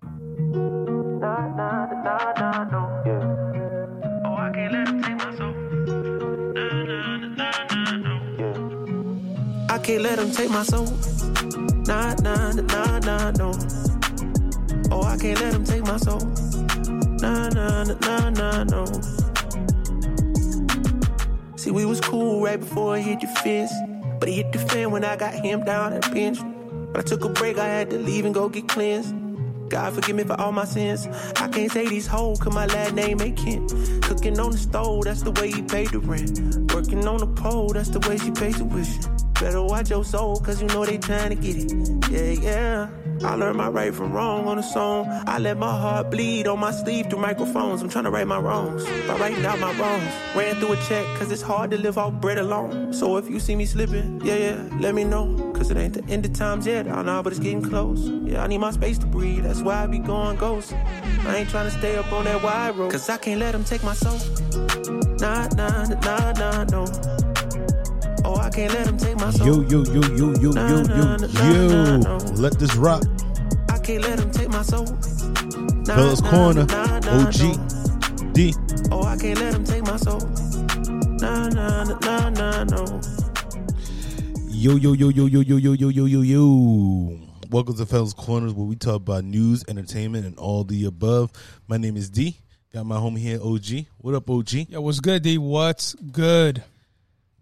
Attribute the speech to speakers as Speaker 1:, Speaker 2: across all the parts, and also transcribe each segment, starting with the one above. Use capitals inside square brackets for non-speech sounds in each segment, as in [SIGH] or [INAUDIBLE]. Speaker 1: Oh, let them take my soul. Nah, nah, nah, nah, no. Oh, I can't let them take my soul. Nah, nah, nah, nah, nah, no. See, we was cool right before it hit the fence. But it hit the fan when I got him down at bench. When I took a break, I had to leave and go get cleansed. God forgive me for all my sins. I can't say these hoes, cause my last name ain't Kent. Cooking on the stove, that's the way he paid the rent. Working on the pole, that's the way she pays tuition. Better watch your soul, cause you know they trying to get it. Yeah, yeah. I learned my right from wrong on a song. I let my heart bleed on my sleeve through microphones. I'm trying to right my wrongs by writing out my wrongs. Ran through a check, cause it's hard to live off bread alone. So if you see me slipping, yeah, yeah, let me know. Cause it ain't the end of times yet, I know, but it's getting close. Yeah, I need my space to breathe, that's why I be going ghost. I ain't trying to stay up on that wide road, cause I can't let them take my soul. Nah, nah, nah, nah, no. Oh, I can't let them take my soul.
Speaker 2: Yo, yo, yo, yo, yo, yo, yo, yo. Let this rock.
Speaker 1: I can't let them take my soul. Nah,
Speaker 2: Bella's
Speaker 1: nah,
Speaker 2: Corner.
Speaker 1: nah, nah, no.
Speaker 2: OG. D.
Speaker 1: Oh, I can't let them take my soul. Nah, nah, nah, nah, nah, no.
Speaker 2: Yo, yo, yo, yo, yo, yo, yo, yo, yo, yo, yo. Welcome to Fellas Corners, where we talk about news, entertainment, and all the above. My name is D. Got my homie here, OG. What up, OG?
Speaker 3: Yo, what's good, D? What's good?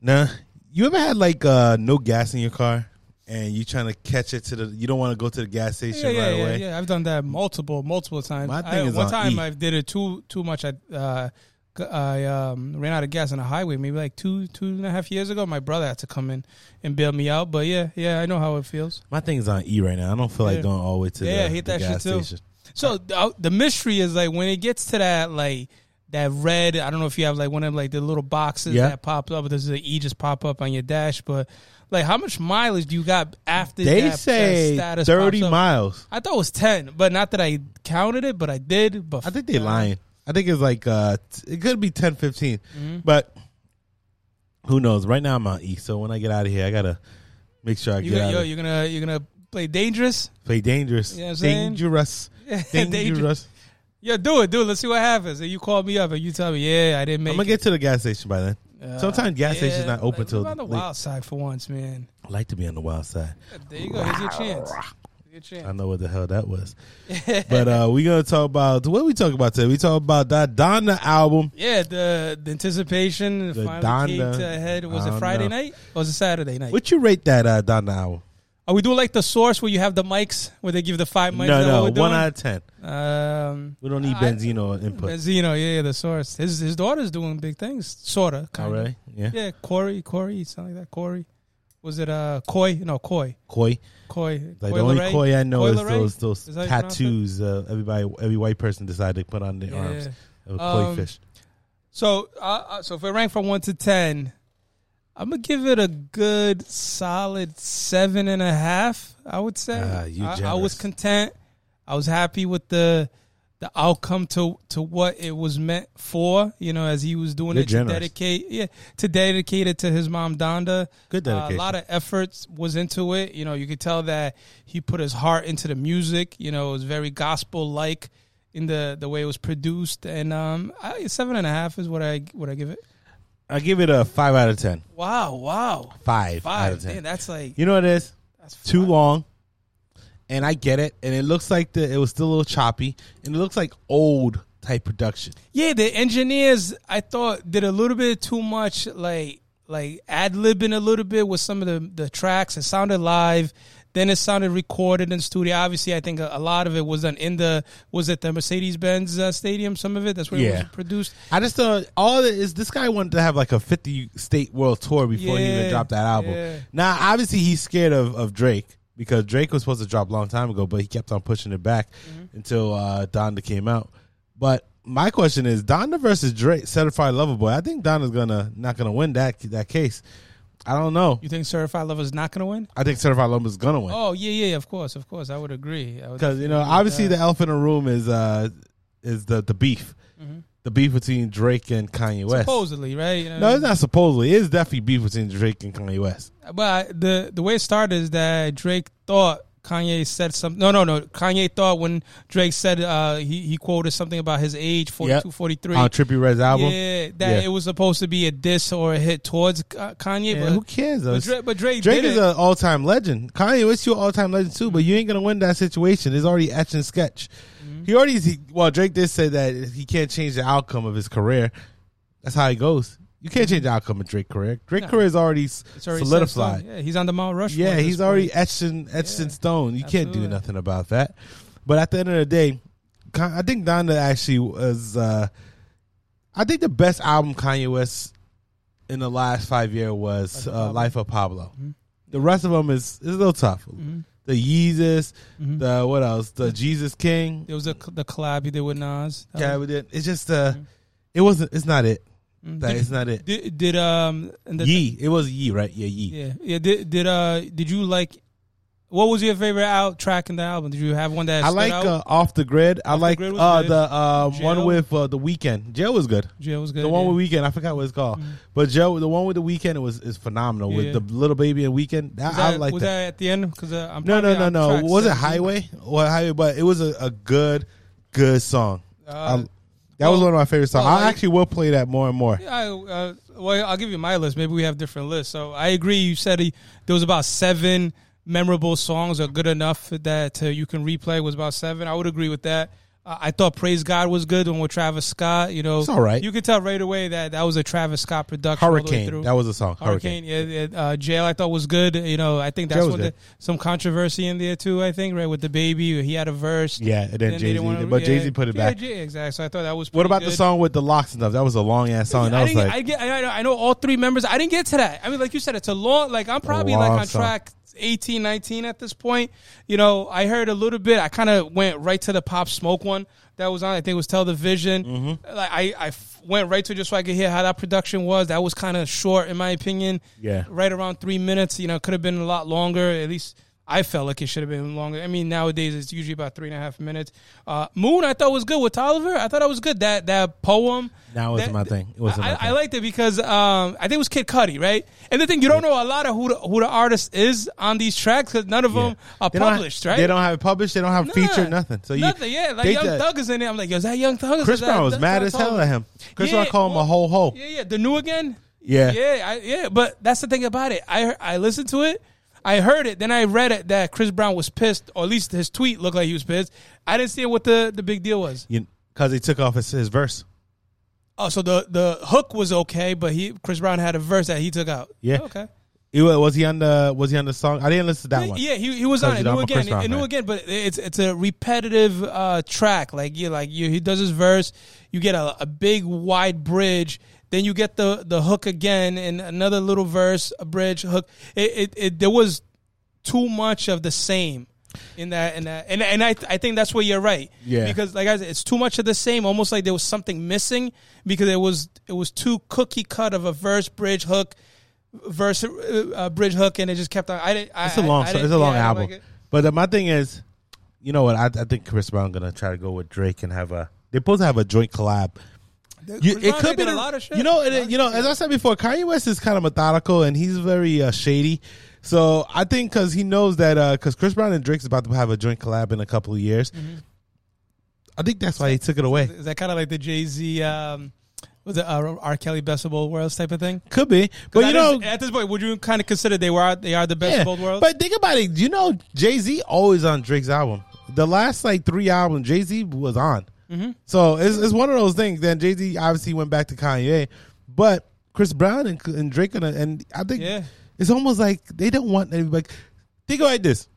Speaker 2: Nah, you ever had like uh, no gas in your car, and you trying to catch it to the? You don't want to go to the gas
Speaker 3: Yeah,
Speaker 2: station
Speaker 3: yeah,
Speaker 2: right
Speaker 3: yeah,
Speaker 2: away.
Speaker 3: yeah. I've done that multiple, multiple times.
Speaker 2: My thing
Speaker 3: I,
Speaker 2: is
Speaker 3: one
Speaker 2: on
Speaker 3: time
Speaker 2: E.
Speaker 3: I did it too, too much. I, uh, g- I um, ran out of gas on the highway maybe like two, two and a half years ago. My brother had to come in and bail me out. But yeah, yeah, I know how it feels.
Speaker 2: My thing is on E right now. I don't feel like
Speaker 3: Yeah.
Speaker 2: going all the way to the,
Speaker 3: Yeah, hit
Speaker 2: the
Speaker 3: that shit
Speaker 2: gas
Speaker 3: too.
Speaker 2: station.
Speaker 3: So the, the mystery is like when it gets to that like that red. I don't know if you have like one of like the little boxes
Speaker 2: Yeah.
Speaker 3: that pops up. There's an E just pop up on your dash, but like how much mileage do you got after
Speaker 2: They
Speaker 3: that, that
Speaker 2: say
Speaker 3: status
Speaker 2: thirty
Speaker 3: pops up?
Speaker 2: miles.
Speaker 3: I thought it was ten, but not that I counted it, but I did. But
Speaker 2: I think they lying. I think it's like uh, t- it could be 10, 15.
Speaker 3: Mm-hmm.
Speaker 2: but who knows? Right now I'm on E, so when I get out of here, I gotta make sure I
Speaker 3: You
Speaker 2: get
Speaker 3: gonna,
Speaker 2: out.
Speaker 3: yo,
Speaker 2: of here.
Speaker 3: you're gonna you're gonna play dangerous.
Speaker 2: Play dangerous,
Speaker 3: You know what I'm saying? [LAUGHS]
Speaker 2: dangerous,
Speaker 3: Dangerous.
Speaker 2: dangerous.
Speaker 3: Yeah, do it, do it. Let's see what happens. And you call me up and you tell me, yeah, I didn't make.
Speaker 2: I'm gonna
Speaker 3: it. Uh,
Speaker 2: get to the gas station by then. Sometimes gas
Speaker 3: Yeah,
Speaker 2: station's not open
Speaker 3: like,
Speaker 2: till
Speaker 3: live on the
Speaker 2: late.
Speaker 3: wild side for once, man.
Speaker 2: I like to be on the wild side.
Speaker 3: There you go. Here's your chance. Here's your chance.
Speaker 2: I know what the hell that
Speaker 3: [LAUGHS]
Speaker 2: was. but uh we gonna talk about what we talk about today. We talk about that Donna album.
Speaker 3: Yeah, the, the anticipation
Speaker 2: The
Speaker 3: finally came
Speaker 2: Donda.
Speaker 3: to a head. Was
Speaker 2: I
Speaker 3: it
Speaker 2: don't
Speaker 3: Friday
Speaker 2: know.
Speaker 3: night or was it Saturday night?
Speaker 2: What you rate that uh Donna album?
Speaker 3: Are we doing like the source where you have the mics where they give the five mics? Is that
Speaker 2: no,
Speaker 3: what
Speaker 2: no,
Speaker 3: we're
Speaker 2: one
Speaker 3: doing?
Speaker 2: out of ten.
Speaker 3: Um,
Speaker 2: We don't need
Speaker 3: I-
Speaker 2: Benzino input.
Speaker 3: Benzino, yeah, yeah, the source. His his daughter's doing big things, sorta.
Speaker 2: All
Speaker 3: Kinda.
Speaker 2: right, yeah.
Speaker 3: Yeah, Corey, Corey, something like that. Corey, was it uh Coy? No, Coy,
Speaker 2: Koi.
Speaker 3: Coy.
Speaker 2: Like
Speaker 3: Coy
Speaker 2: the only
Speaker 3: Leray?
Speaker 2: koi I know
Speaker 3: Coy
Speaker 2: is
Speaker 3: Leray?
Speaker 2: those those
Speaker 3: Is that how you pronounce it?
Speaker 2: tattoos uh, everybody every white person decided to put on their
Speaker 3: Yeah.
Speaker 2: arms of a koi
Speaker 3: Um,
Speaker 2: fish.
Speaker 3: So, uh, uh, so if I rank from one to ten, I'm gonna give it a good solid seven and a half. I would say.
Speaker 2: Ah, you
Speaker 3: I, I
Speaker 2: generous.
Speaker 3: was content. I was happy with the the outcome to to what it was meant for. You know, as he was doing
Speaker 2: You're
Speaker 3: it
Speaker 2: generous.
Speaker 3: to dedicate, yeah, to dedicate it to his mom Donda.
Speaker 2: Good
Speaker 3: Uh,
Speaker 2: dedication.
Speaker 3: a lot of effort was into it. You know, you could tell that he put his heart into the music. You know, it was very gospel like in the the way it was produced. And um, I, seven and a half is what I what I give it.
Speaker 2: I give it a five out of ten.
Speaker 3: Wow, wow,
Speaker 2: Five, out
Speaker 3: five.
Speaker 2: of ten.
Speaker 3: Damn, that's like
Speaker 2: you know what it is?
Speaker 3: that's
Speaker 2: too
Speaker 3: five.
Speaker 2: long. And I get it. And it looks like the it was still a little choppy. And it looks like old type production.
Speaker 3: Yeah, the engineers I thought did a little bit too much, like like ad libbing a little bit with some of the the tracks. It sounded live. Then it sounded recorded in studio. Obviously, I think a, a lot of it was done in the was it the Mercedes Benz uh, Stadium. Some of it that's where it
Speaker 2: Yeah.
Speaker 3: was produced.
Speaker 2: I just thought all it is this guy wanted to have like a fifty state world tour before he even
Speaker 3: Yeah,
Speaker 2: dropped that album.
Speaker 3: yeah.
Speaker 2: Now obviously he's scared of, of Drake because Drake was supposed to drop a long time ago, but he kept on pushing it back
Speaker 3: Mm-hmm.
Speaker 2: until uh, Donda came out. But my question is Donda versus Drake, Certified Lover Boy. I think Donda's gonna not gonna win that that case. I don't know.
Speaker 3: You think Certified Lover's not going to win?
Speaker 2: I think Certified Lover's gonna win.
Speaker 3: Oh yeah, yeah, of course, of course. I would agree. I would
Speaker 2: because you know
Speaker 3: agree with
Speaker 2: obviously
Speaker 3: that.
Speaker 2: the elephant in the room is uh is the the beef,
Speaker 3: Mm-hmm.
Speaker 2: the beef between Drake and Kanye West.
Speaker 3: supposedly right. You know,
Speaker 2: No, it's not supposedly. It is definitely beef between Drake and Kanye West.
Speaker 3: But the the way it started is that Drake thought Kanye said something. No, no, no. Kanye thought when Drake said uh, he he quoted something about his age, 42, 43.
Speaker 2: on Trippy Red's album.
Speaker 3: Yeah, that it was supposed to be a diss or a hit towards Ka- Kanye,
Speaker 2: Yeah,
Speaker 3: but
Speaker 2: who cares? Though?
Speaker 3: but Drake- but Drake did
Speaker 2: is
Speaker 3: it.
Speaker 2: an all-time legend. Kanye West, you an all-time legend too, but you ain't gonna win that situation. It's already etched and sketch.
Speaker 3: Mm-hmm.
Speaker 2: He already he, well, Drake did say that he can't change the outcome of his career. That's how it goes. You can't change the outcome of Drake's career. Drake's career is already, s-
Speaker 3: Mm-hmm. it's already set in stone.
Speaker 2: solidified.
Speaker 3: Yeah, he's on the Mount Rushmore.
Speaker 2: Yeah,
Speaker 3: at
Speaker 2: he's
Speaker 3: this
Speaker 2: already
Speaker 3: point.
Speaker 2: etched in etched in stone. You can't do
Speaker 3: absolutely.
Speaker 2: nothing about that. But at the end of the day, Ka- I think Donda actually was. Uh, I think the best album Kanye West in the last five year was uh, Life of Pablo.
Speaker 3: Mm-hmm.
Speaker 2: The rest of them is is a little tough. The Yeezus,
Speaker 3: Mm-hmm.
Speaker 2: the what else? The Jesus King.
Speaker 3: There was a, cl- the collab he did with Nas. That
Speaker 2: Yeah,
Speaker 3: was-
Speaker 2: we did. It's just uh,
Speaker 3: Mm-hmm.
Speaker 2: it wasn't. It's not it. That
Speaker 3: Did-
Speaker 2: it's not it.
Speaker 3: Did, did um and Mm-hmm. the,
Speaker 2: Yee. It was Yee, right? Yeah, Yee.
Speaker 3: yeah yeah did did uh did you like what was your favorite out track in the album? Did you have one that
Speaker 2: I
Speaker 3: stood
Speaker 2: like
Speaker 3: out?
Speaker 2: uh, off the grid. I like
Speaker 3: Grid was
Speaker 2: uh,
Speaker 3: good.
Speaker 2: the um, one
Speaker 3: Jail.
Speaker 2: with uh, the weekend. Jail was good.
Speaker 3: Jail was good.
Speaker 2: The one
Speaker 3: yeah. Mm.
Speaker 2: with weekend, I forgot what it's called, but Joe, the one with the weekend was is phenomenal
Speaker 3: Yeah.
Speaker 2: with the little baby and weekend. That,
Speaker 3: was that,
Speaker 2: I like
Speaker 3: was
Speaker 2: that.
Speaker 3: that. at the end? Because uh, I'm
Speaker 2: No, no,
Speaker 3: probably
Speaker 2: no,
Speaker 3: on
Speaker 2: no.
Speaker 3: track
Speaker 2: Was it
Speaker 3: seven.
Speaker 2: highway or highway? But it was a, a good, good song.
Speaker 3: Uh,
Speaker 2: I- that was
Speaker 3: well,
Speaker 2: one of my favorite songs.
Speaker 3: well,
Speaker 2: I
Speaker 3: I-
Speaker 2: actually will play that more and more.
Speaker 3: I, uh, well, I'll give you my list. Maybe we have different lists. So I agree. You said he, there was about seven memorable songs are good enough that uh, you can replay. Was about seven. I would agree with that. Uh, I thought "Praise God" was good one with Travis Scott. You know,
Speaker 2: It's all right.
Speaker 3: You could tell right away that that was a Travis Scott production. all the way
Speaker 2: Hurricane,
Speaker 3: through.
Speaker 2: that was a song. Hurricane.
Speaker 3: Hurricane, yeah, yeah, uh, jail. I thought was good. You know, I think that's
Speaker 2: Jail was
Speaker 3: what the,
Speaker 2: good.
Speaker 3: some controversy in there too. I think right with the baby, he had a verse.
Speaker 2: Yeah, and
Speaker 3: Then
Speaker 2: then
Speaker 3: they
Speaker 2: Jay
Speaker 3: didn't wanna-
Speaker 2: Z, but
Speaker 3: yeah.
Speaker 2: Jay Z put it
Speaker 3: Yeah,
Speaker 2: back.
Speaker 3: Jay- exactly. So I thought that was.
Speaker 2: What
Speaker 3: pretty
Speaker 2: about the
Speaker 3: good.
Speaker 2: song with the locks and stuff? That was a long ass song. That
Speaker 3: I,
Speaker 2: was
Speaker 3: didn't,
Speaker 2: like
Speaker 3: I get. I know, I know all three members. I didn't get to that. I mean, like you said, it's a long. Like I'm probably like
Speaker 2: long
Speaker 3: on
Speaker 2: song.
Speaker 3: track 18, 19 at this point. You know, I heard a little bit. I kind of went right to the Pop Smoke one that was on. I think it was Tell the Vision.
Speaker 2: Mm-hmm.
Speaker 3: Like I, I f- went right to it just so I could hear how that production was. That was kind of short, in my opinion.
Speaker 2: Yeah.
Speaker 3: right around three minutes. You know, could have been a lot longer. At least. I felt like it should have been longer. I mean, nowadays it's usually about three and a half minutes. Uh, Moon, I thought was good with Tolliver. I thought that was good. That that poem.
Speaker 2: That wasn't my thing. It wasn't
Speaker 3: I,
Speaker 2: my thing.
Speaker 3: I liked it because um, I think it was Kid Cudi, right? And the thing you don't know a lot of who the, who the artist is on these tracks because none of
Speaker 2: Yeah.
Speaker 3: them are
Speaker 2: They don't have-
Speaker 3: published, right?
Speaker 2: They don't have it published. They don't have featured nothing. So you,
Speaker 3: nothing, yeah. Like
Speaker 2: they
Speaker 3: Young
Speaker 2: just-
Speaker 3: Thug is in it. I'm like, yo, is that Young Thug? Is
Speaker 2: Chris
Speaker 3: that-
Speaker 2: Brown was
Speaker 3: that's
Speaker 2: mad
Speaker 3: what I
Speaker 2: as
Speaker 3: told
Speaker 2: hell at him. Chris
Speaker 3: Yeah,
Speaker 2: Brown called him a
Speaker 3: well,
Speaker 2: whole hoe.
Speaker 3: Yeah, yeah. The new again.
Speaker 2: Yeah.
Speaker 3: yeah, I, yeah. But that's the thing about it. I he- I listened to it. I heard it, then I read it that Chris Brown was pissed, or at least his tweet looked like he was pissed. I didn't see what the, the big deal was.
Speaker 2: because he took off his, his verse.
Speaker 3: Oh, so the, the hook was okay, but he Chris Brown had a verse that he took out.
Speaker 2: Yeah.
Speaker 3: okay.
Speaker 2: He wa- was he on the was he on the song? I didn't listen to that one.
Speaker 3: Yeah, he, he was
Speaker 2: 'Cause,
Speaker 3: on it.
Speaker 2: you know,
Speaker 3: New
Speaker 2: I'm a Chris
Speaker 3: again,
Speaker 2: Brown
Speaker 3: it, new
Speaker 2: fan.
Speaker 3: again, but it's it's a repetitive uh, track. Like you like you, he does his verse. You get a, a big wide bridge. Then you get the the hook again and another little verse, a bridge hook. It, it, it there was too much of the same in that in that and and I I think that's where you're right.
Speaker 2: Yeah.
Speaker 3: Because like I said, it's too much of the same. Almost like there was something missing because it was it was too cookie cut of a verse, bridge, hook, verse, uh, uh, bridge, hook, and it just kept on. I didn't. I,
Speaker 2: it's a long
Speaker 3: I, I
Speaker 2: so-
Speaker 3: didn't-
Speaker 2: it's a long
Speaker 3: yeah, I didn't
Speaker 2: album.
Speaker 3: like it.
Speaker 2: but uh, my thing is, you know what? I, I think Chris Brown gonna try to go with Drake and have a they're supposed to have a joint collab. You-
Speaker 3: Chris Brown did a lot of shit.
Speaker 2: You know, it, you know. As I said before, Kanye West is kind of methodical and he's very uh, shady. So I think because he knows that because Chris Brown and Drake's about to have a joint collab in a couple of years, I think that's why he took it away.
Speaker 3: Is that kind of Mm-hmm. like the Jay Z? Um, was it uh, R. Kelly best of both worlds type of thing?
Speaker 2: Could be, but
Speaker 3: I
Speaker 2: you know,
Speaker 3: just- at this point, would you kind of consider they were they are the best
Speaker 2: yeah.
Speaker 3: of both worlds?
Speaker 2: But think about it. You know, Jay Z always on Drake's album. The last like three albums, Jay Z was on.
Speaker 3: Mm-hmm.
Speaker 2: So it's, it's one of those things. Then Jay Z obviously went back to Kanye, but Chris Brown and, and Drake and, and I think
Speaker 3: Yeah.
Speaker 2: it's almost like they don't want anybody. Like, think about this.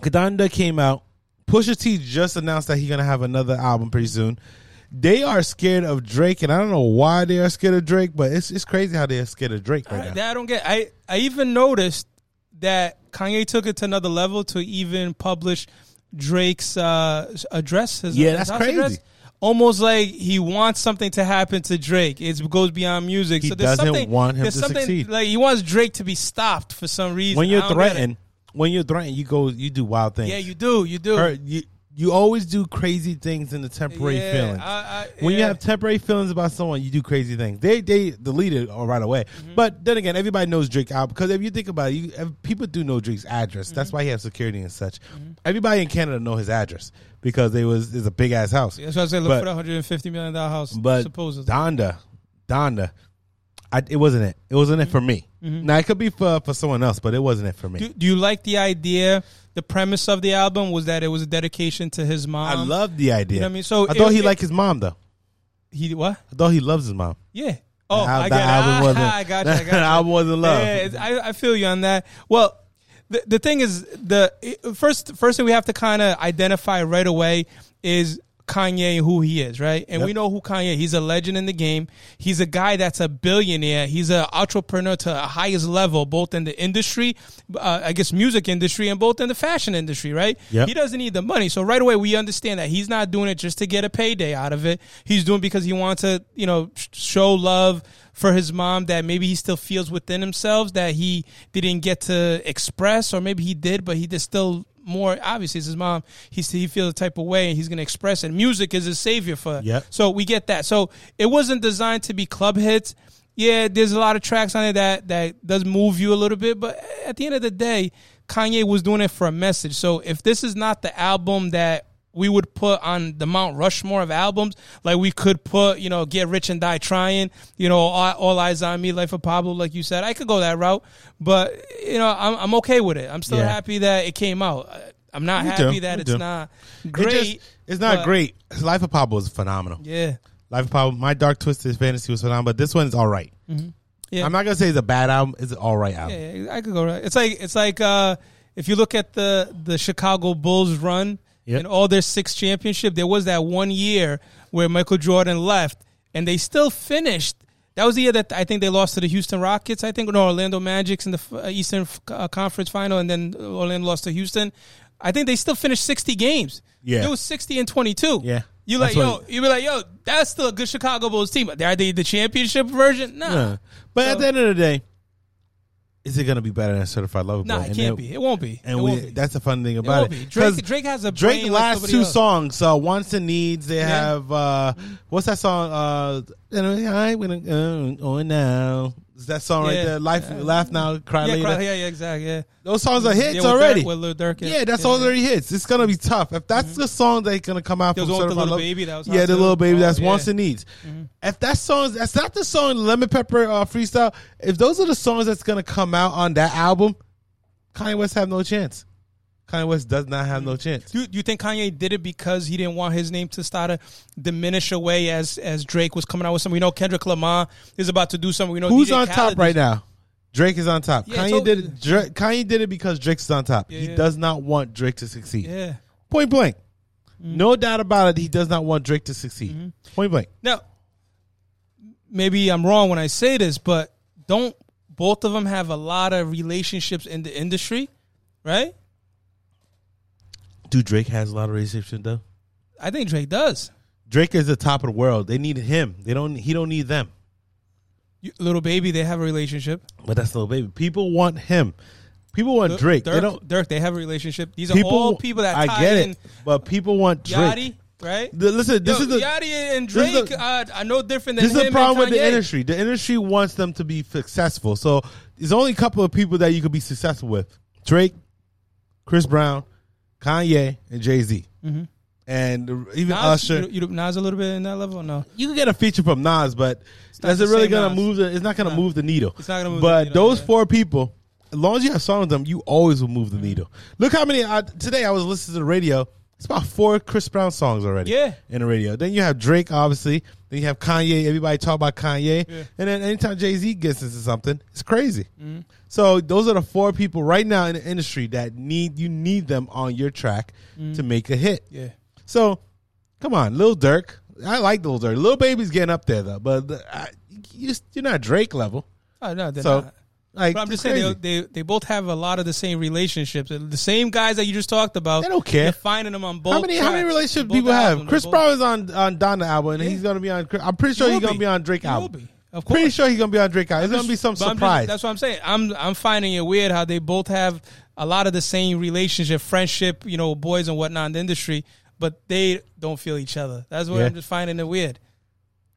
Speaker 2: Kadanda came out. Pusha T just announced that he's gonna have another album pretty soon. They are scared of Drake, and I don't know why they are scared of Drake, but it's it's crazy how they are scared of Drake right
Speaker 3: I,
Speaker 2: now.
Speaker 3: Uh, that I don't get. I I even noticed that Kanye took it to another level to even publish Drake's uh, s- address. His,
Speaker 2: Yeah,
Speaker 3: his
Speaker 2: that's
Speaker 3: house
Speaker 2: crazy.
Speaker 3: address. Almost like he wants something to happen to Drake. It goes beyond music.
Speaker 2: He
Speaker 3: so there's
Speaker 2: doesn't
Speaker 3: something,
Speaker 2: want him
Speaker 3: there's
Speaker 2: to
Speaker 3: something
Speaker 2: succeed.
Speaker 3: Like he wants Drake to be stopped for some reason.
Speaker 2: when
Speaker 3: I
Speaker 2: you're
Speaker 3: don't get it.
Speaker 2: threatened, when you're threatened, you go, you do wild things.
Speaker 3: yeah, you do, you do.
Speaker 2: Her- you- you always do crazy things in the temporary
Speaker 3: Yeah,
Speaker 2: feelings.
Speaker 3: I- I-
Speaker 2: when you
Speaker 3: yeah.
Speaker 2: have temporary feelings about someone, you do crazy things. They they delete it all right away.
Speaker 3: Mm-hmm.
Speaker 2: But then again, everybody knows Drake out because if you think about it, you ev- people do know Drake's address.
Speaker 3: Mm-hmm.
Speaker 2: That's why he has security and such. Everybody in Canada know his address because they was is a big ass house.
Speaker 3: That's why I said look
Speaker 2: But-
Speaker 3: for the hundred and fifty million dollar house.
Speaker 2: But
Speaker 3: supposedly,
Speaker 2: Donda, Donda, I, it wasn't it. It wasn't it for me.
Speaker 3: Mm-hmm.
Speaker 2: Now it could be for for someone else, but it wasn't it for me.
Speaker 3: do, do you like the idea? The premise of the album was that it was a dedication to his mom.
Speaker 2: I love the idea.
Speaker 3: you know what I mean? So
Speaker 2: I thought
Speaker 3: it-
Speaker 2: he
Speaker 3: it-
Speaker 2: liked his mom though.
Speaker 3: he what?
Speaker 2: I thought he loves his mom.
Speaker 3: Yeah. Oh,
Speaker 2: The al-
Speaker 3: I
Speaker 2: the
Speaker 3: got
Speaker 2: album
Speaker 3: [LAUGHS] I,
Speaker 2: wasn't- [LAUGHS] Oh.
Speaker 3: I got you. I got
Speaker 2: the
Speaker 3: you.
Speaker 2: album wasn't love.
Speaker 3: Yeah, it's- I, I feel you on that. Well, the the thing is the it- first first thing we have to kind of identify right away is Kanye and who he is, right? And we
Speaker 2: Yep.
Speaker 3: know who Kanye. He's a legend in the game. He's a guy that's a billionaire. He's an entrepreneur to the highest level, both in the industry, uh, I guess, music industry, and both in the fashion industry, right?
Speaker 2: Yep.
Speaker 3: He doesn't need the money, so right away we understand that he's not doing it just to get a payday out of it. He's doing it because he wants to, you know, sh- show love for his mom that maybe he still feels within himself that he didn't get to express, or maybe he did, but he just still more obviously it's his mom. He he feels the type of way and he's gonna express it. Music is his savior for.
Speaker 2: Yep.
Speaker 3: So we get that. So it wasn't designed to be club hits. Yeah, there's a lot of tracks on it that that does move you a little bit, but at the end of the day, Kanye was doing it for a message. So if this is not the album that we would put on the Mount Rushmore of albums, like we could put, you know, Get Rich and Die Trying, you know, All, All Eyes on Me, Life of Pablo, like you said, I could go that route, but you know, I'm, I'm okay with it. I'm still
Speaker 2: Yeah.
Speaker 3: happy that it came out. I'm not
Speaker 2: Me too,
Speaker 3: happy that
Speaker 2: me
Speaker 3: it's
Speaker 2: too.
Speaker 3: not
Speaker 2: It
Speaker 3: great.
Speaker 2: just- it's not
Speaker 3: but-
Speaker 2: great. Life of Pablo is phenomenal.
Speaker 3: Yeah.
Speaker 2: Life of Pablo, my dark twisted fantasy was phenomenal, but this one's all right.
Speaker 3: Mm-hmm. Yeah.
Speaker 2: I'm not gonna say it's a bad album. It's an all right album.
Speaker 3: Yeah, I could go right. It's like it's like uh, if you look at the the Chicago Bulls run
Speaker 2: Yep.
Speaker 3: and all their six championship, there was that one year where Michael Jordan left, and they still finished. That was the year that I think they lost to the Houston Rockets. I think no Orlando Magic's in the uh, Eastern uh, Conference Final, and then Orlando lost to Houston. I think they still finished sixty games.
Speaker 2: Yeah.
Speaker 3: it was sixty and twenty-two.
Speaker 2: Yeah.
Speaker 3: you like
Speaker 2: That's
Speaker 3: yo,
Speaker 2: what-
Speaker 3: you be like yo, that's still a good Chicago Bulls team. Are they the championship version? Nah,
Speaker 2: Yeah. But at
Speaker 3: So-
Speaker 2: the end of the day, is it gonna be better than Certified Lover
Speaker 3: nah,
Speaker 2: Boy?
Speaker 3: it
Speaker 2: And
Speaker 3: can't
Speaker 2: that-
Speaker 3: be. It won't be.
Speaker 2: And
Speaker 3: it
Speaker 2: we,
Speaker 3: won't be.
Speaker 2: that's the fun thing
Speaker 3: won't
Speaker 2: about
Speaker 3: be.
Speaker 2: it.
Speaker 3: Drake-
Speaker 2: 'Cause
Speaker 3: Drake has a
Speaker 2: Drake
Speaker 3: brain like
Speaker 2: last
Speaker 3: nobody
Speaker 2: two
Speaker 3: else.
Speaker 2: songs. Uh, Wants and Needs. They
Speaker 3: Yeah.
Speaker 2: have uh, what's that song? Uh, you know, I wanna go on now. Is that song
Speaker 3: Yeah.
Speaker 2: right there? Life, laugh now, cry
Speaker 3: Yeah,
Speaker 2: later.
Speaker 3: cry- yeah, yeah, exactly. Yeah,
Speaker 2: Those songs are hits
Speaker 3: yeah, with
Speaker 2: already.
Speaker 3: Dirk- with Lil Durk, yeah.
Speaker 2: yeah. that's
Speaker 3: Yeah,
Speaker 2: already hits. It's gonna be tough if that's the song that's gonna come out.
Speaker 3: There
Speaker 2: from
Speaker 3: was one with the
Speaker 2: Certified
Speaker 3: Little
Speaker 2: Lover-
Speaker 3: Baby that was
Speaker 2: yeah,
Speaker 3: hot
Speaker 2: the
Speaker 3: too.
Speaker 2: little baby
Speaker 3: Oh,
Speaker 2: that's
Speaker 3: yeah. Mm-hmm.
Speaker 2: wants and needs. If that song, that's not the song Lemon Pepper uh, Freestyle. If those are the songs that's gonna come out on that album, Kanye West have no chance. Kanye West does not have no chance.
Speaker 3: Do Mm-hmm. you, do you think Kanye did it because he didn't want his name to start to diminish away as as Drake was coming out with something? We know Kendrick Lamar is about to do something. We know
Speaker 2: Who's
Speaker 3: DJ
Speaker 2: on
Speaker 3: Khaled
Speaker 2: top
Speaker 3: is-
Speaker 2: right now? Drake is on top.
Speaker 3: Yeah, it's
Speaker 2: Kanye
Speaker 3: over.
Speaker 2: did it. Dra- Kanye did it because Drake's on top.
Speaker 3: Yeah,
Speaker 2: he
Speaker 3: yeah.
Speaker 2: does not want Drake to succeed.
Speaker 3: Yeah. Mm-hmm.
Speaker 2: Point blank. No doubt about it. He does not want Drake to succeed. Point blank.
Speaker 3: Now, maybe I'm wrong when I say this, but don't both of them have a lot of relationships in the industry, right?
Speaker 2: Do Drake has a lot of reception though?
Speaker 3: I think Drake does.
Speaker 2: Drake is the top of the world. They need him. They don't. He don't need them.
Speaker 3: You, little baby, they have a relationship.
Speaker 2: But that's little baby. People want him. People want
Speaker 3: Lil-
Speaker 2: Drake.
Speaker 3: Dirk,
Speaker 2: they don't.
Speaker 3: Dirk, they have a relationship. These are
Speaker 2: People.
Speaker 3: all people that
Speaker 2: I
Speaker 3: tie
Speaker 2: get
Speaker 3: in
Speaker 2: it. But people want Drake.
Speaker 3: Yachty, right?
Speaker 2: The- listen, this
Speaker 3: Yo,
Speaker 2: is the
Speaker 3: Yachty and
Speaker 2: this is the-
Speaker 3: Drake uh, are no different than
Speaker 2: this is the
Speaker 3: him
Speaker 2: problem with
Speaker 3: and Kanye.
Speaker 2: the industry. The industry wants them to be successful. So there's only a couple of people that you could be successful with: Drake, Chris Brown, Kanye, and Jay Z, and even
Speaker 3: Mm-hmm. Nas,
Speaker 2: Usher.
Speaker 3: you, you, Nas a little bit in that level. No,
Speaker 2: you can get a feature from Nas, but
Speaker 3: not
Speaker 2: is it
Speaker 3: the
Speaker 2: really
Speaker 3: same
Speaker 2: gonna
Speaker 3: Nas.
Speaker 2: move the? It's not gonna move the needle.
Speaker 3: It's not gonna move the
Speaker 2: But
Speaker 3: needle,
Speaker 2: those
Speaker 3: yeah.
Speaker 2: four people, as long as you have songs with them, you always will move the needle. Look how many I, today I was listening to the radio. It's about four Chris Brown songs already.
Speaker 3: Yeah.
Speaker 2: in the radio. Then you have Drake, obviously. Then you have Kanye. Everybody talk about Kanye. And then anytime Jay Z gets into something, it's crazy.
Speaker 3: Mm-hmm.
Speaker 2: So those are the four people right now in the industry that need you need them on your track to make a hit.
Speaker 3: Mm-hmm. yeah,
Speaker 2: So, come on, Lil Durk. I like Lil Durk. Lil Baby's getting up there though, but uh, I, you, you're not Drake level.
Speaker 3: oh, no, they're
Speaker 2: So,
Speaker 3: not.
Speaker 2: like,
Speaker 3: But I'm
Speaker 2: it's
Speaker 3: just saying
Speaker 2: crazy.
Speaker 3: they, they they both have a lot of the same relationships. The same guys that you just talked about.
Speaker 2: They don't care.
Speaker 3: You're finding them on both.
Speaker 2: how many how many
Speaker 3: tracks,
Speaker 2: relationships
Speaker 3: both
Speaker 2: people have?
Speaker 3: albums,
Speaker 2: Chris
Speaker 3: both-
Speaker 2: Brown is on on Donna album, and
Speaker 3: Yeah.
Speaker 2: he's gonna be on. I'm pretty sure
Speaker 3: He
Speaker 2: he's
Speaker 3: will
Speaker 2: gonna
Speaker 3: be.
Speaker 2: be on Drake
Speaker 3: He will
Speaker 2: album.
Speaker 3: be. Of
Speaker 2: Pretty
Speaker 3: course.
Speaker 2: sure he's gonna be on Drake album. It's gonna be some
Speaker 3: But I'm just-
Speaker 2: surprise.
Speaker 3: that's what I'm saying. I'm I'm finding it weird how they both have a lot of the same relationship, friendship, you know, boys and whatnot in the industry. but they don't feel each other. That's what
Speaker 2: Yeah.
Speaker 3: I'm just finding it weird.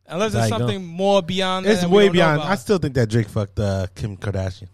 Speaker 3: Unless there's
Speaker 2: Like, don't-
Speaker 3: something more beyond. that
Speaker 2: It's
Speaker 3: that we
Speaker 2: way
Speaker 3: don't know
Speaker 2: beyond.
Speaker 3: about.
Speaker 2: I still think that Drake fucked uh, Kim Kardashian.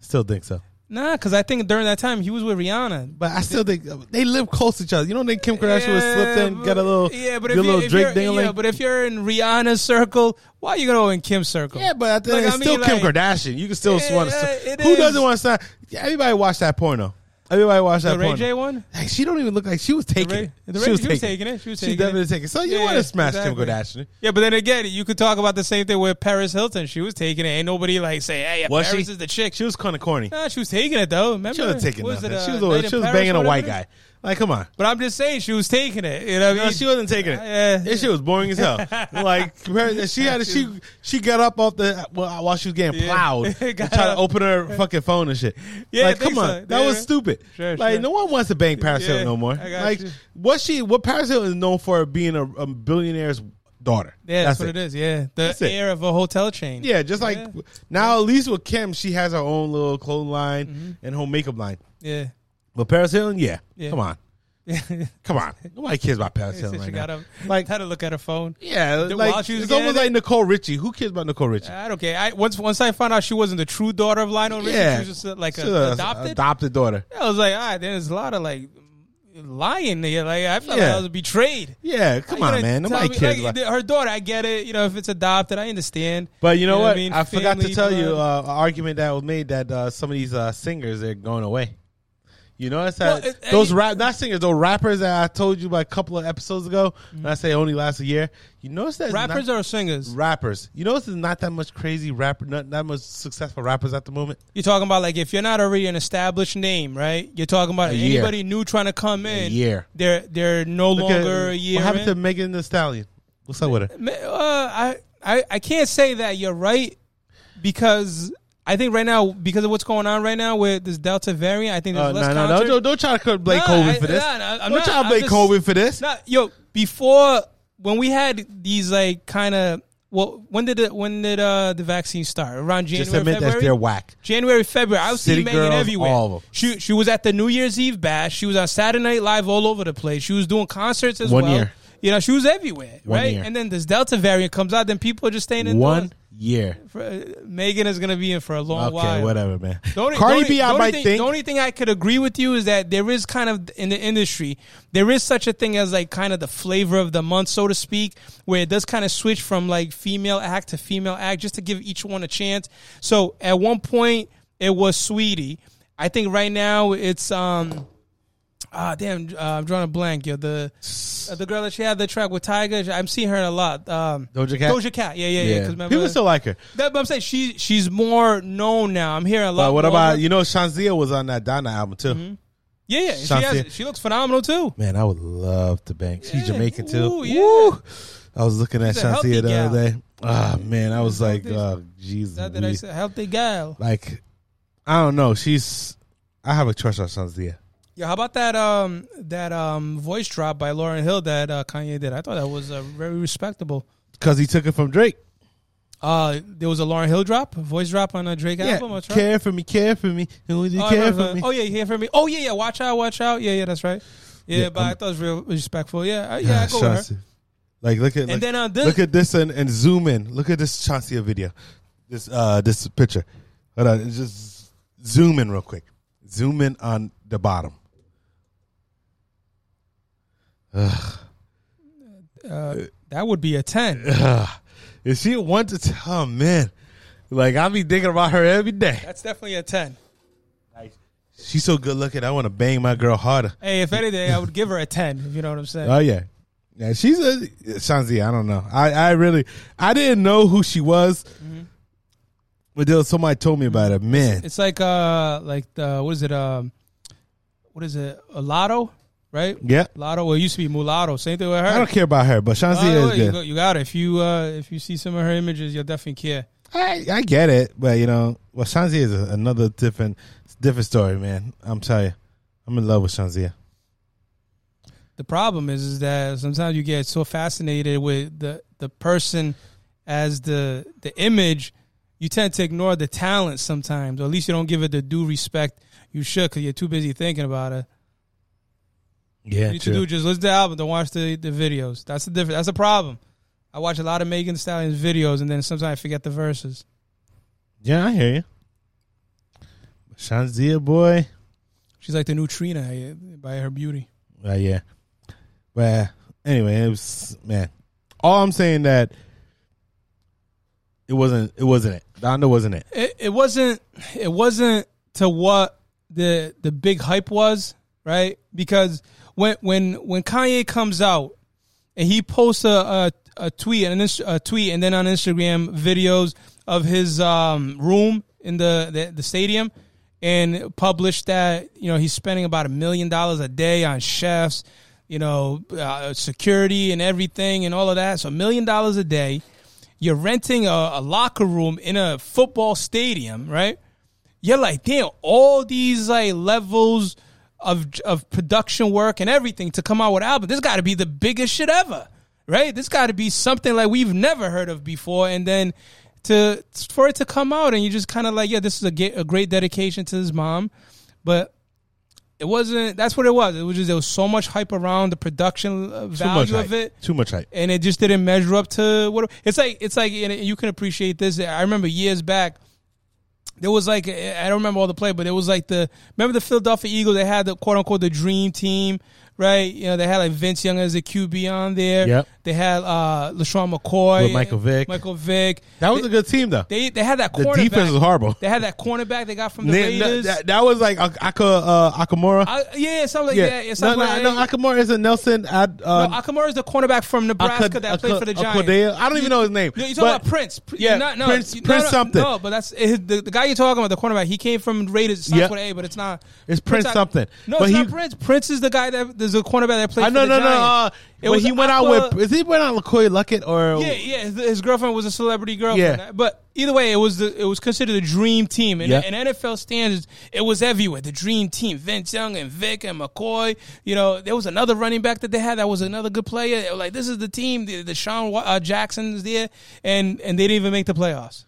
Speaker 2: Still think so,
Speaker 3: Nah, because I think during that time he was with Rihanna.
Speaker 2: but I still think uh, they live close to each other. You don't think Kim Kardashian would slip in,
Speaker 3: but-
Speaker 2: get a little,
Speaker 3: yeah, but
Speaker 2: get a little
Speaker 3: if you're, if
Speaker 2: Drake
Speaker 3: you're-
Speaker 2: dingling?
Speaker 3: yeah, but if you're in Rihanna's circle, why are you gonna go in Kim's circle?
Speaker 2: Yeah, but I think
Speaker 3: Like,
Speaker 2: it's
Speaker 3: I mean,
Speaker 2: still Kim
Speaker 3: like-
Speaker 2: Kardashian. You can still
Speaker 3: Yeah,
Speaker 2: want
Speaker 3: it
Speaker 2: to. Who
Speaker 3: is.
Speaker 2: doesn't want to sign? Yeah, Everybody watched that porno. Everybody watched
Speaker 3: the
Speaker 2: that
Speaker 3: Ray
Speaker 2: porno.
Speaker 3: J one.
Speaker 2: Hey, she don't even look like she was taking
Speaker 3: Ray-
Speaker 2: it.
Speaker 3: the
Speaker 2: she
Speaker 3: Ray-
Speaker 2: was
Speaker 3: she
Speaker 2: taking,
Speaker 3: was taking it. She was taking
Speaker 2: definitely
Speaker 3: it.
Speaker 2: taking it. So you
Speaker 3: Yeah,
Speaker 2: want to smash
Speaker 3: exactly.
Speaker 2: Kim Kardashian?
Speaker 3: Yeah, but then again, you could talk about the same thing with Paris Hilton. She was taking it. Ain't nobody like say, "Hey,
Speaker 2: Was
Speaker 3: Paris
Speaker 2: she?
Speaker 3: is the chick."
Speaker 2: She was kind of corny.
Speaker 3: Nah, she was taking it though. Remember,
Speaker 2: She was taking
Speaker 3: What was
Speaker 2: nothing.
Speaker 3: it,
Speaker 2: she
Speaker 3: uh,
Speaker 2: was
Speaker 3: Night
Speaker 2: always,
Speaker 3: in
Speaker 2: she was
Speaker 3: Paris,
Speaker 2: banging a
Speaker 3: whatever
Speaker 2: white
Speaker 3: it is?
Speaker 2: guy. Like, come on.
Speaker 3: But I'm just saying, she was taking it. You know, what I
Speaker 2: No,
Speaker 3: mean?
Speaker 2: she wasn't taking it.
Speaker 3: Yeah.
Speaker 2: This shit was boring as
Speaker 3: [LAUGHS]
Speaker 2: hell. like compared- she had she she got up off the well, while she was getting
Speaker 3: Yeah.
Speaker 2: plowed, and
Speaker 3: [LAUGHS] Got
Speaker 2: trying to
Speaker 3: up.
Speaker 2: open her fucking phone and shit.
Speaker 3: Yeah, I
Speaker 2: like
Speaker 3: think
Speaker 2: come on,
Speaker 3: so.
Speaker 2: that
Speaker 3: Yeah.
Speaker 2: was stupid.
Speaker 3: Sure,
Speaker 2: like
Speaker 3: sure.
Speaker 2: no one wants to bang Paris
Speaker 3: Yeah,
Speaker 2: Hilton no more.
Speaker 3: I got
Speaker 2: Like
Speaker 3: you.
Speaker 2: what she what Paris Hilton is known for being a, a billionaire's daughter.
Speaker 3: yeah, that's, what it is. Yeah, the
Speaker 2: it.
Speaker 3: heir of a hotel chain.
Speaker 2: Yeah, just like
Speaker 3: Yeah.
Speaker 2: now, at least with Kim, she has her own little clothing line and home makeup line.
Speaker 3: yeah. [LAUGHS]
Speaker 2: But Paris Hilton, yeah,
Speaker 3: Mm-hmm. Yeah.
Speaker 2: come on, come on, nobody cares about Paris
Speaker 3: Since
Speaker 2: Hilton
Speaker 3: she
Speaker 2: right
Speaker 3: got
Speaker 2: now.
Speaker 3: up,
Speaker 2: Like-
Speaker 3: had to look at her phone.
Speaker 2: Yeah,
Speaker 3: The
Speaker 2: like,
Speaker 3: wild she was
Speaker 2: it's
Speaker 3: getting
Speaker 2: almost
Speaker 3: at it?
Speaker 2: like Nicole Richie. Who cares about Nicole Richie?
Speaker 3: I don't care. I once once I found out she wasn't the true daughter of Lionel Richie,
Speaker 2: Yeah.
Speaker 3: she was just uh, like a,
Speaker 2: She's a-
Speaker 3: adopted.
Speaker 2: daughter.
Speaker 3: I was like, all right, there's a lot of like lying there. Like I felt like
Speaker 2: Yeah.
Speaker 3: I was betrayed.
Speaker 2: Yeah, come
Speaker 3: You
Speaker 2: on,
Speaker 3: know,
Speaker 2: man.
Speaker 3: tell
Speaker 2: Nobody
Speaker 3: me-
Speaker 2: cares.
Speaker 3: like,
Speaker 2: about-
Speaker 3: her daughter, I get it. You know, if it's adopted, I understand.
Speaker 2: but you know what? I, forgot to
Speaker 3: Family,
Speaker 2: tell you
Speaker 3: blood.
Speaker 2: uh, an argument that was made that uh, some of these uh, singers they're going away. You notice
Speaker 3: Well,
Speaker 2: that
Speaker 3: it- and
Speaker 2: those
Speaker 3: you-
Speaker 2: rap not singers, those rappers that I told you about a couple of episodes ago, and I say only last a year. You notice that
Speaker 3: Mm-hmm. rappers are singers.
Speaker 2: rappers. You notice there's not that much crazy rapper, not that much successful rappers at the moment.
Speaker 3: You're talking about like if you're not already an established name, right? You're talking about
Speaker 2: A year.
Speaker 3: anybody new trying to come in.
Speaker 2: year.
Speaker 3: They're they're no
Speaker 2: Look at-
Speaker 3: longer a year.
Speaker 2: What happened to
Speaker 3: in.
Speaker 2: Megan the Stallion? What's up with her?
Speaker 3: Ma- Uh, I, I I can't say that you're right because I think right now because of what's going on right now with this Delta variant, I think there's
Speaker 2: Uh,
Speaker 3: less
Speaker 2: no, no, no,
Speaker 3: concert-
Speaker 2: don't, don't try to blame
Speaker 3: Nah,
Speaker 2: COVID
Speaker 3: I-
Speaker 2: for this.
Speaker 3: nah, nah, I'm
Speaker 2: don't
Speaker 3: not-
Speaker 2: try to
Speaker 3: I'm
Speaker 2: blame
Speaker 3: just-
Speaker 2: COVID for this.
Speaker 3: Nah, yo, before when we had these like kind of well, when did it, when did uh the vaccine start? Around January,
Speaker 2: Just admit
Speaker 3: February.
Speaker 2: that they're whack.
Speaker 3: January, February. I was
Speaker 2: City
Speaker 3: seeing Megan
Speaker 2: girls,
Speaker 3: everywhere.
Speaker 2: all of 'em.
Speaker 3: She she was at the New Year's Eve bash. She was on Saturday Night Live all over the place. She was doing concerts as
Speaker 2: One
Speaker 3: well.
Speaker 2: year.
Speaker 3: You know, she was everywhere,
Speaker 2: One
Speaker 3: right?
Speaker 2: year.
Speaker 3: And then this Delta variant comes out, then people are just staying in
Speaker 2: One year.
Speaker 3: Megan is going to be in for a long
Speaker 2: Okay,
Speaker 3: while.
Speaker 2: whatever, man.
Speaker 3: The only- the
Speaker 2: Cardi
Speaker 3: only-
Speaker 2: B, I
Speaker 3: the only
Speaker 2: might
Speaker 3: thing-
Speaker 2: think.
Speaker 3: The only thing I could agree with you is that there is kind of in the industry there is such a thing as like kind of the flavor of the month, so to speak, where it does kind of switch from like female act to female act just to give each one a chance. So at one point it was Sweetie. I think right now it's um ah damn uh, I'm drawing a blank. Yo, the uh, the girl that she had the track with Tiger, I'm seeing her a lot. Um,
Speaker 2: Doja Cat?
Speaker 3: Doja Cat, yeah, yeah, yeah. 'cause
Speaker 2: yeah.
Speaker 3: remember-
Speaker 2: People still like her.
Speaker 3: that, but I'm saying she she's more known now. I'm hearing a lot.
Speaker 2: But what
Speaker 3: more
Speaker 2: about, you know, Shanzia was on that Donna album, too.
Speaker 3: Yeah, yeah. She,
Speaker 2: Shanti-
Speaker 3: has, she looks phenomenal too.
Speaker 2: Man, I would love to bang. She's
Speaker 3: Yeah.
Speaker 2: Jamaican, too.
Speaker 3: Ooh, yeah.
Speaker 2: Woo! I was looking at
Speaker 3: She's a healthy
Speaker 2: Shanzia the
Speaker 3: gal.
Speaker 2: other day. Ah, man, I was like, oh,
Speaker 3: healthy.
Speaker 2: Jesus.
Speaker 3: That, that I
Speaker 2: we-
Speaker 3: said, healthy gal.
Speaker 2: Like, I don't know. She's, I have a crush on Shanzia.
Speaker 3: Yeah, how about that um that um voice drop by Lauren Hill that uh, Kanye did? I thought that was uh, very respectable.
Speaker 2: Because he took it from Drake.
Speaker 3: Uh, there was a Lauren Hill drop, a voice drop on a Drake album.
Speaker 2: Yeah,
Speaker 3: or track?
Speaker 2: care for me, care for me. Who would you
Speaker 3: Oh, I
Speaker 2: care
Speaker 3: remember
Speaker 2: for
Speaker 3: that.
Speaker 2: me?
Speaker 3: Oh yeah, you hear from me. Oh yeah, yeah. Watch out, watch out. Yeah, yeah, that's right. Yeah,
Speaker 2: Yeah, um,
Speaker 3: but i
Speaker 2: I'm-
Speaker 3: thought it was real respectful. Yeah, I, yeah, I
Speaker 2: Ah,
Speaker 3: go with her.
Speaker 2: Chauncey. Like look at
Speaker 3: And
Speaker 2: look,
Speaker 3: then on this-
Speaker 2: look at this and, and zoom in. Look at this Chauncey video. This uh this picture. Hold on, just zoom in real quick. Zoom in on the bottom.
Speaker 3: That would be
Speaker 2: [LAUGHS]
Speaker 3: a ten.
Speaker 2: If she wanted to oh man. Like I be thinking about her every day.
Speaker 3: That's definitely a ten.
Speaker 2: She's so good looking, I wanna bang my girl harder.
Speaker 3: Hey, if anything, I would give her a ten. If you know what I'm saying.
Speaker 2: Oh yeah. Yeah, she's a Shanzi, I don't know. I, I really I didn't know who she was. But there was somebody told me about her. Man.
Speaker 3: Mm-hmm. It's like uh like the what is it um what is it a lotto right?
Speaker 2: yeah.
Speaker 3: Lotto. Well, it used to be mulatto. Same thing with her.
Speaker 2: I don't care about her, but
Speaker 3: By
Speaker 2: Shanzi
Speaker 3: the
Speaker 2: is
Speaker 3: way,
Speaker 2: good.
Speaker 3: you, go- you got it. If you uh if you see some of her images, you'll definitely care.
Speaker 2: I, I get it, but you know, well, Shanzia is a, another different different story, man. I'm telling you, I'm in love with Shanzia.
Speaker 3: The problem is is that sometimes you get so fascinated with the the person as the the image, you tend to ignore the talent sometimes, or at least you don't give it the due respect you should because you're too busy thinking about it.
Speaker 2: Yeah,
Speaker 3: You need to do just listen to the album, don't watch the, the videos. That's the difference. That's a problem. I watch a lot of Megan Thee Stallion's videos, and then sometimes I forget the verses.
Speaker 2: Yeah, I hear you. Shanzia boy.
Speaker 3: She's like the new Trina eh, by her beauty.
Speaker 2: Uh, yeah. But anyway, it was man. All I'm saying that it wasn't it wasn't it. Donda wasn't it.
Speaker 3: It, it wasn't. It wasn't to what the the big hype was, right? Because when when when Kanye comes out and he posts a a, a tweet and an inst- a tweet and then on Instagram videos of his um, room in the, the the stadium and published that you know he's spending about a million dollars a day on chefs, you know, uh, security and everything and all of that. So a million dollars a day, you're renting a, a locker room in a football stadium, right? you're like, damn, all these like levels of of production work and everything to come out with album. This got to be the biggest shit ever, right? This got to be something like we've never heard of before, and then to for it to come out, and you just kind of like, yeah, this is a, ge- a great dedication to his mom, but. It wasn't. That's what it was. It was just there was so much hype around the production uh,
Speaker 2: Too much
Speaker 3: value
Speaker 2: hype.
Speaker 3: of it
Speaker 2: Too much hype.
Speaker 3: and it just didn't measure up to what it's like. It's like and you can appreciate this. I remember years back, there was like I don't remember all the play, but it was like the remember the Philadelphia Eagles. They had the quote unquote the dream team, right? You know they had like Vince Young as a QB on there.
Speaker 2: Yep.
Speaker 3: They had uh, LaShawn McCoy,
Speaker 2: With Michael Vick.
Speaker 3: Michael Vick.
Speaker 2: That was a good team though.
Speaker 3: They they had that
Speaker 2: The
Speaker 3: cornerback.
Speaker 2: defense was horrible.
Speaker 3: They had that cornerback they got from the
Speaker 2: Ne- no,
Speaker 3: Raiders.
Speaker 2: that, that was like Ak- Aka uh, Akamora.
Speaker 3: I, yeah, something like that. Yeah,
Speaker 2: no,
Speaker 3: something
Speaker 2: no,
Speaker 3: like
Speaker 2: no.
Speaker 3: that.
Speaker 2: Akamora is a Nelson. Ad,
Speaker 3: No,
Speaker 2: uh,
Speaker 3: Akamura is the cornerback from Nebraska
Speaker 2: Akad-
Speaker 3: that played
Speaker 2: Akad-
Speaker 3: for the Giants.
Speaker 2: Akodea? I don't even know his name,
Speaker 3: No, you're talking
Speaker 2: but-
Speaker 3: about Prince. Pr-
Speaker 2: yeah,
Speaker 3: not- no,
Speaker 2: Prince-
Speaker 3: you- no,
Speaker 2: Prince
Speaker 3: no,
Speaker 2: something.
Speaker 3: No, but that's it, the, the guy you're talking about, the cornerback. He came from Raiders. It starts
Speaker 2: Yeah.
Speaker 3: with an A, but it's not.
Speaker 2: It's Prince
Speaker 3: I-
Speaker 2: something.
Speaker 3: No,
Speaker 2: But
Speaker 3: it's
Speaker 2: he-
Speaker 3: not Prince. Prince is the guy that there's a cornerback that played.
Speaker 2: I
Speaker 3: for
Speaker 2: no no
Speaker 3: the
Speaker 2: no. Uh,
Speaker 3: Giants. It
Speaker 2: when
Speaker 3: was
Speaker 2: he went out
Speaker 3: Aqua-
Speaker 2: with, is he went out with Koi Luckett or
Speaker 3: Yeah, yeah. His, his girlfriend was a celebrity girlfriend.
Speaker 2: uh, Yeah.
Speaker 3: But either way, it was the it was considered a dream team. And
Speaker 2: Yeah.
Speaker 3: in NFL standards, it was everywhere. The dream team. Vince Young and Vic and McCoy. You know, there was another running back that they had that was another good player. They were like, this is the team. The, the Sean Wa- uh, Jackson's there. And and they didn't even make the playoffs.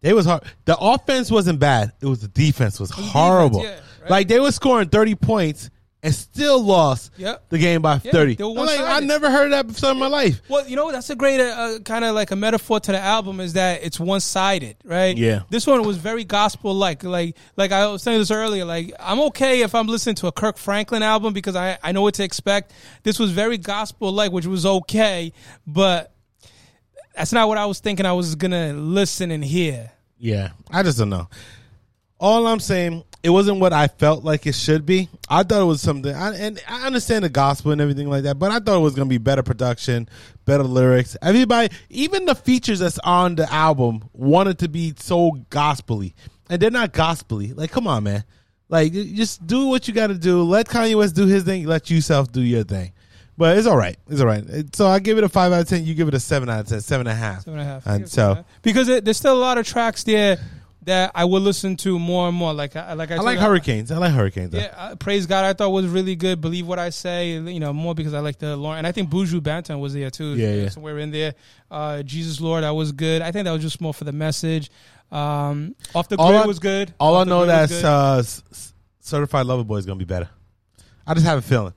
Speaker 2: They was hard. The offense wasn't bad. It was the defense was horrible.
Speaker 3: yeah, right.
Speaker 2: Like they were scoring thirty points and still lost
Speaker 3: Yep.
Speaker 2: the game by
Speaker 3: Yeah,
Speaker 2: thirty.
Speaker 3: they were
Speaker 2: I'm like, I
Speaker 3: one-sided.
Speaker 2: never heard that before in my life.
Speaker 3: Well, you know that's a great uh, uh, kind of like a metaphor to the album is that it's one sided, right?
Speaker 2: Yeah.
Speaker 3: This one was very gospel like, like like I was saying this earlier. Like I'm okay if I'm listening to a Kirk Franklin album because I I know what to expect. This was very gospel like, which was okay, but that's not what I was thinking. I was gonna listen and hear.
Speaker 2: Yeah, I just don't know. All I'm saying, it wasn't what I felt like it should be. I thought it was something, I, and I understand the gospel and everything like that, but I thought it was going to be better production, better lyrics. Everybody, even the features that's on the album, wanted to be so gospely, and they're not gospely. Like, come on, man. Like, you- just do what you got to do. Let Kanye West do his thing. Let yourself do your thing. But it's all right. It's all right. It- So I give it a five out of ten. You give it a seven out of ten. Seven and a half.
Speaker 3: Seven and a half.
Speaker 2: And
Speaker 3: Yeah,
Speaker 2: so.
Speaker 3: seven and a half. because it, there's still a lot of tracks there that I will listen to more and more. Like I like I,
Speaker 2: I like
Speaker 3: Hurricane.
Speaker 2: hurricanes. I like hurricanes. though.
Speaker 3: Yeah, uh, praise God, I thought was really good. Believe what I say, you know, more because I like the Lauren. And I think Buju Banton was there too.
Speaker 2: Yeah, yeah.
Speaker 3: Somewhere in there. Uh, Jesus Lord, that was good. I think that was just more for the message. Um, off the
Speaker 2: All
Speaker 3: grid
Speaker 2: I-
Speaker 3: was good.
Speaker 2: All
Speaker 3: Off
Speaker 2: I
Speaker 3: the
Speaker 2: know
Speaker 3: Grid was
Speaker 2: that's
Speaker 3: good.
Speaker 2: uh, S- S- certified lover boy is gonna be better. I just have a feeling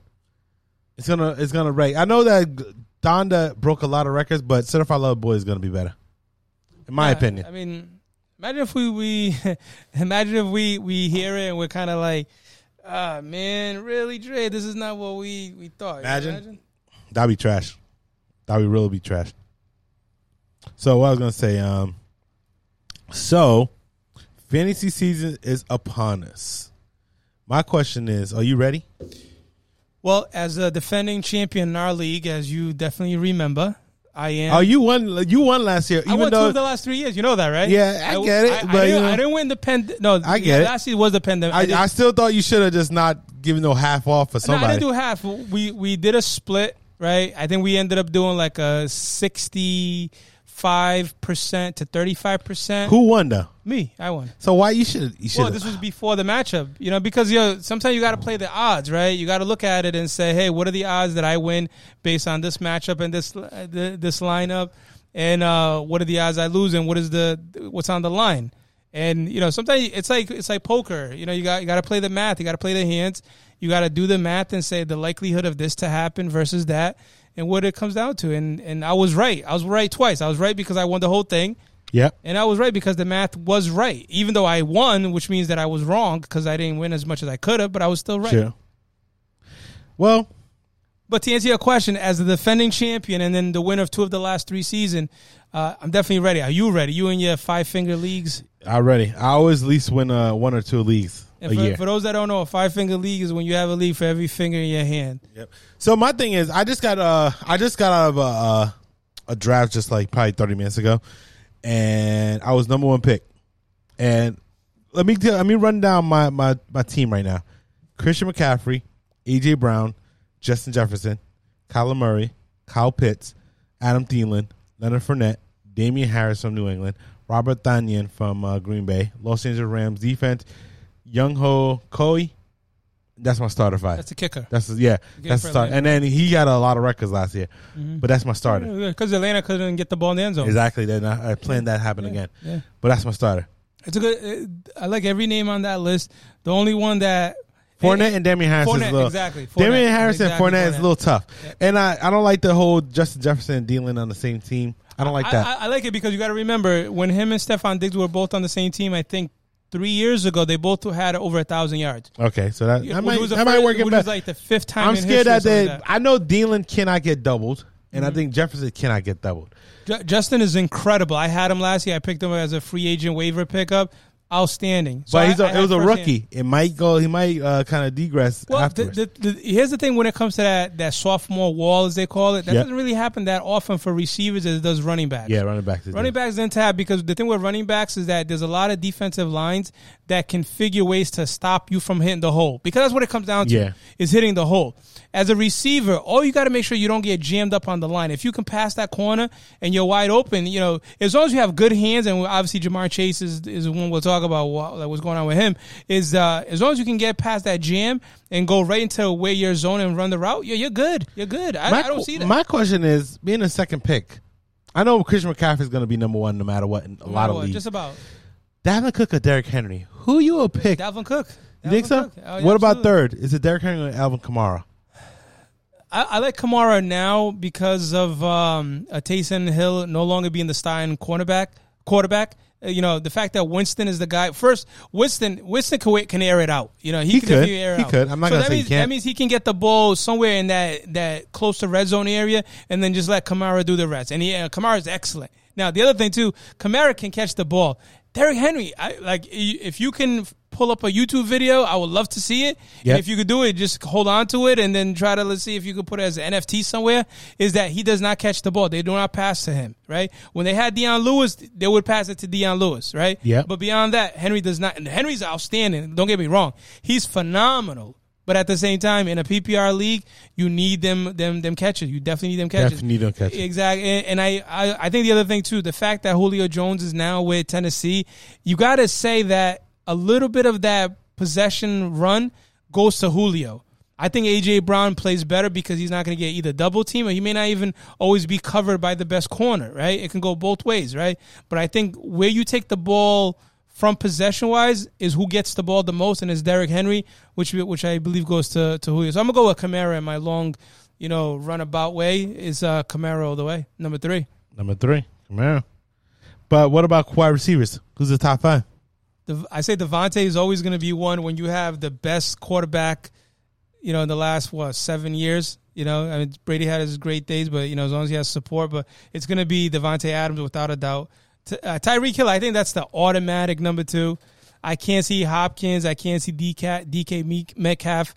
Speaker 2: it's gonna it's gonna rate. I know that G- Donda broke a lot of records, but certified lover boy is gonna be better, in my
Speaker 3: Yeah,
Speaker 2: opinion.
Speaker 3: I mean, imagine if we we [LAUGHS] imagine if we we hear it and we're kind of like, ah, man, really, Dre, this is not what we we thought.
Speaker 2: Imagine. That'd be trash. That'd be really be trash. So what I was gonna say, um, so fantasy season is upon us. My question is, are you ready?
Speaker 3: Well, as a defending champion in our league, as you definitely remember, I am.
Speaker 2: Oh, you won. You won last year,
Speaker 3: I
Speaker 2: even
Speaker 3: won two
Speaker 2: though
Speaker 3: of the last three years. You know that, right?
Speaker 2: Yeah, I get it,
Speaker 3: I,
Speaker 2: but,
Speaker 3: I, didn't,
Speaker 2: you know-
Speaker 3: I didn't win the pandemic. No,
Speaker 2: I get it.
Speaker 3: Last year was the pandemic.
Speaker 2: I, I still thought you should have just not given no half off for
Speaker 3: no, I
Speaker 2: somebody.
Speaker 3: didn't do half. We we did a split, right? I think we ended up doing like a sixty-five percent to thirty-five percent.
Speaker 2: Who won though?
Speaker 3: Me, I won.
Speaker 2: So why you should you should
Speaker 3: Well, this was before the matchup, you know, because you know, sometimes you got to play the odds, right? You got to look at it and say, hey, what are the odds that I win based on this matchup and this uh, th- this lineup, and uh, what are the odds I lose, and what is the what's on the line? And you know, sometimes it's like it's like poker. You know, you got you got to play the math. You got to play the hands. You got to do the math and say the likelihood of this to happen versus that, and what it comes down to. And and I was right. I was right twice. I was right because I won the whole thing,
Speaker 2: Yep.
Speaker 3: and I was right because the math was right. Even though I won, which means that I was wrong because I didn't win as much as I could have, but I was still right.
Speaker 2: Sure. Well,
Speaker 3: But to answer your question, as the defending champion and then the winner of two of the last three season, uh, I'm definitely ready. Are you ready? You and your five finger leagues.
Speaker 2: already, I always at least win uh, one or two leagues
Speaker 3: And
Speaker 2: a
Speaker 3: for,
Speaker 2: year.
Speaker 3: for those that don't know, a five finger league is when you have a league for every finger in your hand.
Speaker 2: Yep. So my thing is, I just got uh, I just got out of a, a a draft just like probably thirty minutes ago, and I was number one pick. And let me tell, let me run down my my my team right now: Christian McCaffrey, AJ Brown, Justin Jefferson, Kyler Murray, Kyle Pitts, Adam Thielen, Leonard Fournette, Damian Harris from New England, Robert Tanyan from uh, Green Bay, Los Angeles Rams defense, Young Ho Koi. That's my starter five.
Speaker 3: That's a kicker.
Speaker 2: That's yeah.
Speaker 3: Good
Speaker 2: That's
Speaker 3: for
Speaker 2: the start.
Speaker 3: Atlanta.
Speaker 2: And then he got a lot of records last year,
Speaker 3: Mm-hmm.
Speaker 2: but that's my starter.
Speaker 3: Because Atlanta couldn't get the ball in the end zone.
Speaker 2: Exactly. Then I, I plan that happen again.
Speaker 3: yeah.
Speaker 2: But that's my starter.
Speaker 3: It's a good. uh, I like every name on that list. The only one that
Speaker 2: Fournette and Damian Harris is
Speaker 3: Fournette,
Speaker 2: a little
Speaker 3: exactly. Fournette.
Speaker 2: Damian Harris
Speaker 3: Exactly,
Speaker 2: and Fournette, is a
Speaker 3: Fournette.
Speaker 2: little tough. And I, I don't like the whole Justin Jefferson and Dylan on the same team. I don't like that.
Speaker 3: I, I, I like it because you got to remember when him and Stefan Diggs were both on the same team. I think three years ago they both had over a thousand yards.
Speaker 2: okay, so that I
Speaker 3: Which
Speaker 2: might
Speaker 3: was the
Speaker 2: that might
Speaker 3: first-
Speaker 2: work it
Speaker 3: which
Speaker 2: back.
Speaker 3: was like the fifth time.
Speaker 2: I'm
Speaker 3: in
Speaker 2: scared
Speaker 3: history or
Speaker 2: that they.
Speaker 3: something like Mm-hmm.
Speaker 2: I know Dylan cannot get doubled, and I think Jefferson cannot get doubled.
Speaker 3: Ju- Justin is incredible. I had him last year. I picked him as a free agent waiver pickup. Outstanding.
Speaker 2: But
Speaker 3: So I-
Speaker 2: he's a,
Speaker 3: I had
Speaker 2: it was a
Speaker 3: firsthand-
Speaker 2: rookie. It might go. He might uh, kind of degress.
Speaker 3: Well, the,
Speaker 2: afterwards.
Speaker 3: the, the, here's the thing: when it comes to that that sophomore wall, as they call it, that
Speaker 2: Yeah.
Speaker 3: doesn't really happen that often for receivers as it does running backs.
Speaker 2: yeah, running back.
Speaker 3: Running backs then tab because the thing with running backs is that there's a lot of defensive lines that can figure ways to stop you from hitting the hole because that's what it comes down to
Speaker 2: Yeah.
Speaker 3: is hitting the hole. As a receiver, all you got to make sure you don't get jammed up on the line. If you can pass that corner and you're wide open, you know as long as you have good hands and obviously Jamar Chase is is the one we'll talk about what, like what's going on with him is uh, as long as you can get past that jam and go right into where your zone and run the route, you're, you're good. You're good. I, I don't
Speaker 2: qu-
Speaker 3: see that.
Speaker 2: My question is, being a second pick, I know Christian McCaffrey is going to be number one no matter what in a lot of leagues.
Speaker 3: just about
Speaker 2: Dalvin Cook or Derrick Henry? Who you will pick?
Speaker 3: Dalvin Cook.
Speaker 2: you think
Speaker 3: Dalvin
Speaker 2: so?
Speaker 3: Cook. Oh, yeah,
Speaker 2: what about
Speaker 3: absolutely.
Speaker 2: third? Is it Derrick Henry or Alvin Kamara?
Speaker 3: I, I like Kamara now because of um, a Taysom Hill no longer being the Stein cornerback. Quarterback, Uh, you know the fact that Winston is the guy. First, Winston, Winston can, wait- can air it out. You know he,
Speaker 2: He
Speaker 3: can
Speaker 2: could.
Speaker 3: definitely air it
Speaker 2: He
Speaker 3: out.
Speaker 2: could. I'm not
Speaker 3: so
Speaker 2: gonna
Speaker 3: that
Speaker 2: say he
Speaker 3: means, That
Speaker 2: can't.
Speaker 3: means he can get the ball somewhere in that that close to red zone area, and then just let Kamara do the rest. And yeah, Kamara is excellent. Now the other thing too, Kamara can catch the ball. Derrick Henry, I, like i- if you can f- pull up a YouTube video, I would love to see it. And
Speaker 2: Yep.
Speaker 3: If you could do it, just hold on to it and then try to let's see if you could put it as an NFT somewhere. Is that he does not catch the ball? They do not pass to him, right? When they had Deion Lewis, they would pass it to Deion Lewis, right?
Speaker 2: Yep.
Speaker 3: But beyond that, Henry does not. And Henry's outstanding. Don't get me wrong; he's phenomenal. But at the same time, in a PPR league, you need them them them catches. You definitely need them catches.
Speaker 2: Definitely need them catches.
Speaker 3: Exactly. And, and I, I I think the other thing too, the fact that Julio Jones is now with Tennessee, you got to say that a little bit of that possession run goes to Julio. I think AJ Brown plays better because he's not going to get either double team or he may not even always be covered by the best corner, right? It can go both ways, right? But I think where you take the ball from possession wise is who gets the ball the most, and it's Derrick Henry, which which I believe goes to to Julio. So I'm gonna go with Kamara in my long, you know, runabout way is uh, Kamara all the way, number three.
Speaker 2: Number three, Kamara. But what about wide receivers? Who's the top five?
Speaker 3: The, I say Devontae is always gonna be one when you have the best quarterback, you know, in the last what seven years. You know, I mean Brady had his great days, but you know as long as he has support, but it's gonna be Devontae Adams without a doubt. T- uh, Tyreek Hill, I think that's the automatic number two. I can't see Hopkins. I can't see DK, DK Meek- Metcalf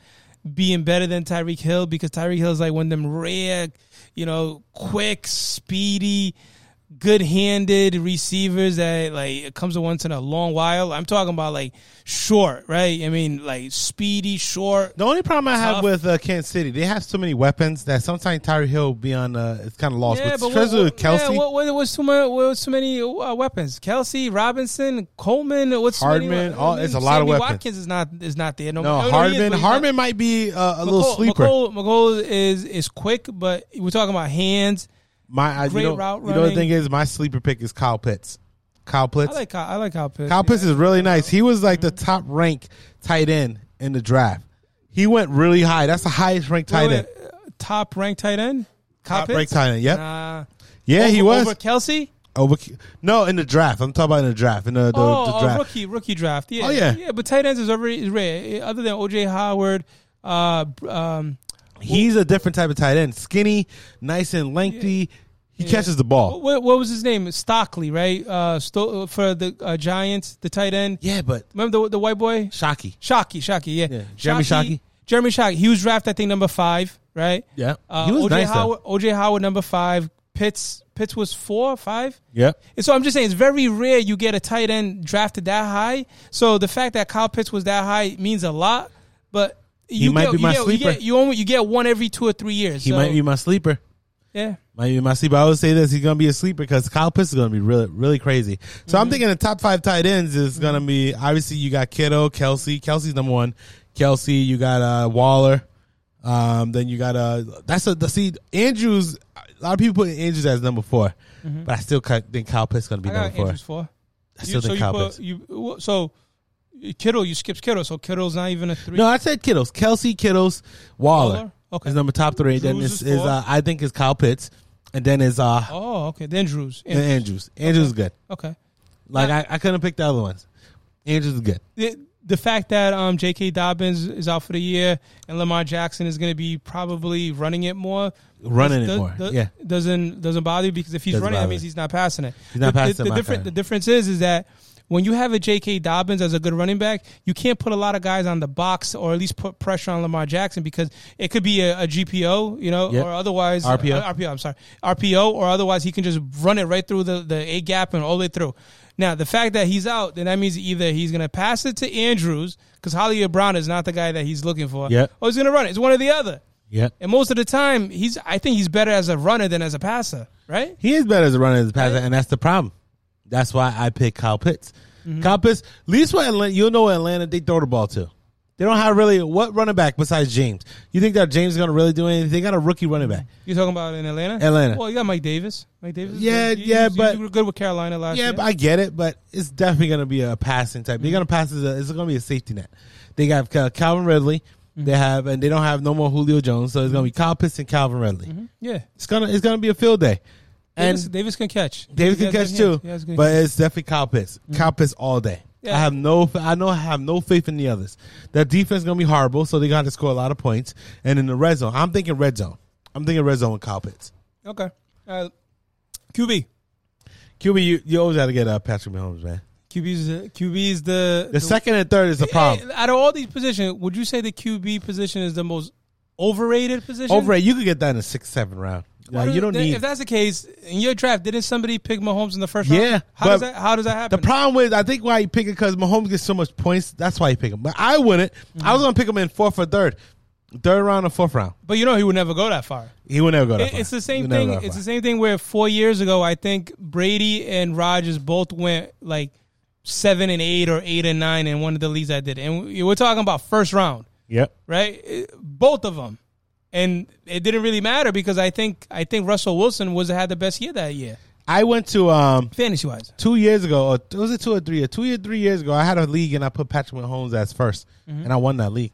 Speaker 3: being better than Tyreek Hill because Tyreek Hill is like one of them rare, you know, quick, speedy, good-handed receivers that like it comes once in a long while. I'm talking about like short, right? I mean, like speedy, short.
Speaker 2: The only problem I have
Speaker 3: Tough.
Speaker 2: with uh, Kansas City, they have so many weapons that sometimes Tyree Hill be on. Uh, it's kind of lost.
Speaker 3: Yeah,
Speaker 2: but
Speaker 3: but
Speaker 2: especially
Speaker 3: what,
Speaker 2: with
Speaker 3: what,
Speaker 2: Kelsey,
Speaker 3: yeah, what, oh, what, what's too many? What's too many uh, weapons? Kelsey, Robinson, Coleman. What's too many,
Speaker 2: Hardman, all-
Speaker 3: I mean,
Speaker 2: it's a lot of
Speaker 3: Sammy
Speaker 2: weapons.
Speaker 3: Watkins is not is not there. No,
Speaker 2: no,
Speaker 3: more.
Speaker 2: Hardman.
Speaker 3: he is, but he's not-
Speaker 2: Hardman might be uh, a little
Speaker 3: McColl-
Speaker 2: sleeper.
Speaker 3: McColl, McColl is is quick, but we're talking about hands.
Speaker 2: My I,
Speaker 3: Great
Speaker 2: you know,
Speaker 3: route
Speaker 2: you know the
Speaker 3: running.
Speaker 2: thing is, my sleeper pick is Kyle Pitts. Kyle Pitts.
Speaker 3: I like Kyle, I like Kyle Mm-hmm. Pitts.
Speaker 2: Kyle Pitts is really nice. He was like the top ranked tight end in the draft. He went really high. That's the highest ranked tight end.
Speaker 3: Top ranked tight end. Kyle
Speaker 2: Top
Speaker 3: Pitts?
Speaker 2: ranked tight end. Yep.
Speaker 3: Nah.
Speaker 2: yeah, he
Speaker 3: Over-
Speaker 2: was.
Speaker 3: over Kelsey.
Speaker 2: Over, no, in the draft. I'm talking about in the draft. In the, the,
Speaker 3: oh,
Speaker 2: the
Speaker 3: oh,
Speaker 2: draft.
Speaker 3: rookie, rookie draft. Yeah,
Speaker 2: Oh, yeah.
Speaker 3: yeah. But tight ends is very is rare. Eh, Other than OJ Howard, uh, br- um,
Speaker 2: He's a different type of tight end. Skinny, nice and lengthy. He catches the ball.
Speaker 3: what, what was his name? Stockley, right? Uh, Sto- for the uh, Giants, the tight end.
Speaker 2: Yeah, but
Speaker 3: Remember the the white boy?
Speaker 2: Shockey.
Speaker 3: Shockey, Shockey, yeah.
Speaker 2: Yeah, Jeremy Shockey.
Speaker 3: Jeremy Shockey. He was drafted, I think, number five, right?
Speaker 2: Yeah.
Speaker 3: Uh,
Speaker 2: He was
Speaker 3: OJ
Speaker 2: nice, though.
Speaker 3: Howard, OJ Howard, number five. Pitts, Pitts was four, five.
Speaker 2: Yep.
Speaker 3: And so I'm just saying, it's very rare you get a tight end drafted that high. So the fact that Kyle Pitts was that high means a lot. But you
Speaker 2: might
Speaker 3: get,
Speaker 2: be my
Speaker 3: you get, you
Speaker 2: sleeper.
Speaker 3: get- you only you get one every two or three years.
Speaker 2: He
Speaker 3: So,
Speaker 2: might be my sleeper.
Speaker 3: yeah.
Speaker 2: Might be my sleeper. I would say this: he's gonna be a sleeper because Kyle Pitts is gonna be really, really crazy. So
Speaker 3: Mm-hmm.
Speaker 2: I'm thinking the top five tight ends is gonna be obviously you got Kiddo, Kelsey. Kelsey's number one. Kelsey, you got uh, Waller. Um, then you got uh, that's a the see Andrews. A lot of people put Andrews as number 4 but I still ca- think Kyle Pitts is gonna be
Speaker 3: Mm-hmm. I
Speaker 2: number
Speaker 3: got
Speaker 2: four.
Speaker 3: Andrews four.
Speaker 2: I still
Speaker 3: so
Speaker 2: think
Speaker 3: you
Speaker 2: Kyle
Speaker 3: put
Speaker 2: Pitts.
Speaker 3: you so Kittle, you skipped Kittle, so Kittle's not even a three.
Speaker 2: No, I said Kiddos. Kelsey, Kiddos, Waller.
Speaker 3: Waller? Okay.
Speaker 2: Is number top three. then
Speaker 3: Drews
Speaker 2: is,
Speaker 3: is
Speaker 2: is
Speaker 3: four.
Speaker 2: uh, I think is Kyle Pitts, and then is uh
Speaker 3: Oh, okay. Then Drews.
Speaker 2: then
Speaker 3: Yeah.
Speaker 2: Andrews. Andrews is good.
Speaker 3: Okay.
Speaker 2: Like I, I couldn't pick the other ones. Andrews is good.
Speaker 3: the, the fact that um, J.K. Dobbins is out for the year and Lamar Jackson is going to be probably running it more,
Speaker 2: Running it
Speaker 3: does-
Speaker 2: more,
Speaker 3: does-
Speaker 2: yeah.
Speaker 3: doesn't doesn't bother you because if he's
Speaker 2: Doesn't
Speaker 3: running, that
Speaker 2: bother
Speaker 3: means
Speaker 2: me.
Speaker 3: he's not passing it.
Speaker 2: He's not
Speaker 3: The- the,
Speaker 2: passing
Speaker 3: the,
Speaker 2: my
Speaker 3: different-
Speaker 2: kind.
Speaker 3: the difference is is that when you have a J.K. Dobbins as a good running back, you can't put a lot of guys on the box or at least put pressure on Lamar Jackson because it could be a, a GPO, you know,
Speaker 2: Yep.
Speaker 3: or otherwise
Speaker 2: RPO.
Speaker 3: uh, RPO. I'm sorry, RPO, or otherwise he can just run it right through the the A gap and all the way through. Now the fact that he's out, then that means either he's gonna pass it to Andrews because Hollywood Brown is not the guy that he's looking for,
Speaker 2: Yep.
Speaker 3: or he's gonna run it. It's one or the other.
Speaker 2: Yep.
Speaker 3: And most of the time, he's I think he's better as a runner than as a passer, right?
Speaker 2: He is better as a runner as a passer, and that's the problem. That's why I pick Kyle Pitts. Kyle Pitts, at least what Atlanta, you'll know what Atlanta they throw the ball to. They don't have really what running back besides James. You think that James is going to really do anything? They got a rookie running back.
Speaker 3: You talking about in Atlanta?
Speaker 2: Atlanta.
Speaker 3: Well, you got Mike Davis. Mike Davis. is
Speaker 2: Yeah,
Speaker 3: good. You-
Speaker 2: yeah,
Speaker 3: you-
Speaker 2: but-
Speaker 3: you were good with Carolina last
Speaker 2: Yeah,
Speaker 3: year.
Speaker 2: but Mm-hmm. I get it, but it's definitely going to be a passing type. They're going to pass. As a, it's going to be a safety net. They got Cal- Calvin Ridley. They have, and they don't have no more Julio Jones, so it's going to be Kyle Pitts and Calvin Ridley.
Speaker 3: yeah.
Speaker 2: It's gonna it's gonna be a field day, and
Speaker 3: Davis, Davis can catch.
Speaker 2: David can
Speaker 3: He has
Speaker 2: catch
Speaker 3: good
Speaker 2: too,
Speaker 3: hands. He has good
Speaker 2: but it's definitely Kyle Pitts. Kyle Pitts all day.
Speaker 3: Yeah.
Speaker 2: I have no, I know I have no faith in the others. That defense is gonna be horrible, so they got to score a lot of points. And in the red zone, I'm thinking red zone. I'm thinking red zone with Kyle Pitts.
Speaker 3: Okay. Uh, QB.
Speaker 2: QB, you, you always got to get uh, Patrick Mahomes, man.
Speaker 3: QB's uh, QB is the,
Speaker 2: The, second and third is the problem.
Speaker 3: Hey, out of all these positions, would you say the QB position is the most overrated position?
Speaker 2: Over it, you could get that in the sixth, seventh round.
Speaker 3: Why
Speaker 2: Like, you don't
Speaker 3: then
Speaker 2: need.
Speaker 3: If that's the case, in your draft, didn't somebody pick Mahomes in the first round?
Speaker 2: Yeah,
Speaker 3: How does
Speaker 2: but
Speaker 3: that How does that
Speaker 2: The
Speaker 3: happen?
Speaker 2: problem with I think why you pick it because Mahomes gets so much points. That's why you pick him. But I wouldn't. I
Speaker 3: Mm-hmm.
Speaker 2: was gonna pick him in fourth or third, third round or fourth round.
Speaker 3: but you know he would never go that far.
Speaker 2: He would never go. That
Speaker 3: It-
Speaker 2: far.
Speaker 3: it's the
Speaker 2: He
Speaker 3: same
Speaker 2: would never
Speaker 3: thing.
Speaker 2: go that
Speaker 3: It's
Speaker 2: far.
Speaker 3: the same thing where four years ago, I think Brady and Rogers both went like seven and eight or eight and nine in one of the leagues I did, and we- we're talking about first round,
Speaker 2: Yep.
Speaker 3: right? It- Both of them, and it didn't really matter because I think I think Russell Wilson was had the best year that year,
Speaker 2: I went to um
Speaker 3: fantasy wise.
Speaker 2: two years ago, or was it two or three? Two year, three years ago, I had a league and I put Patrick Mahomes as 1st
Speaker 3: Mm-hmm.
Speaker 2: and I won that league.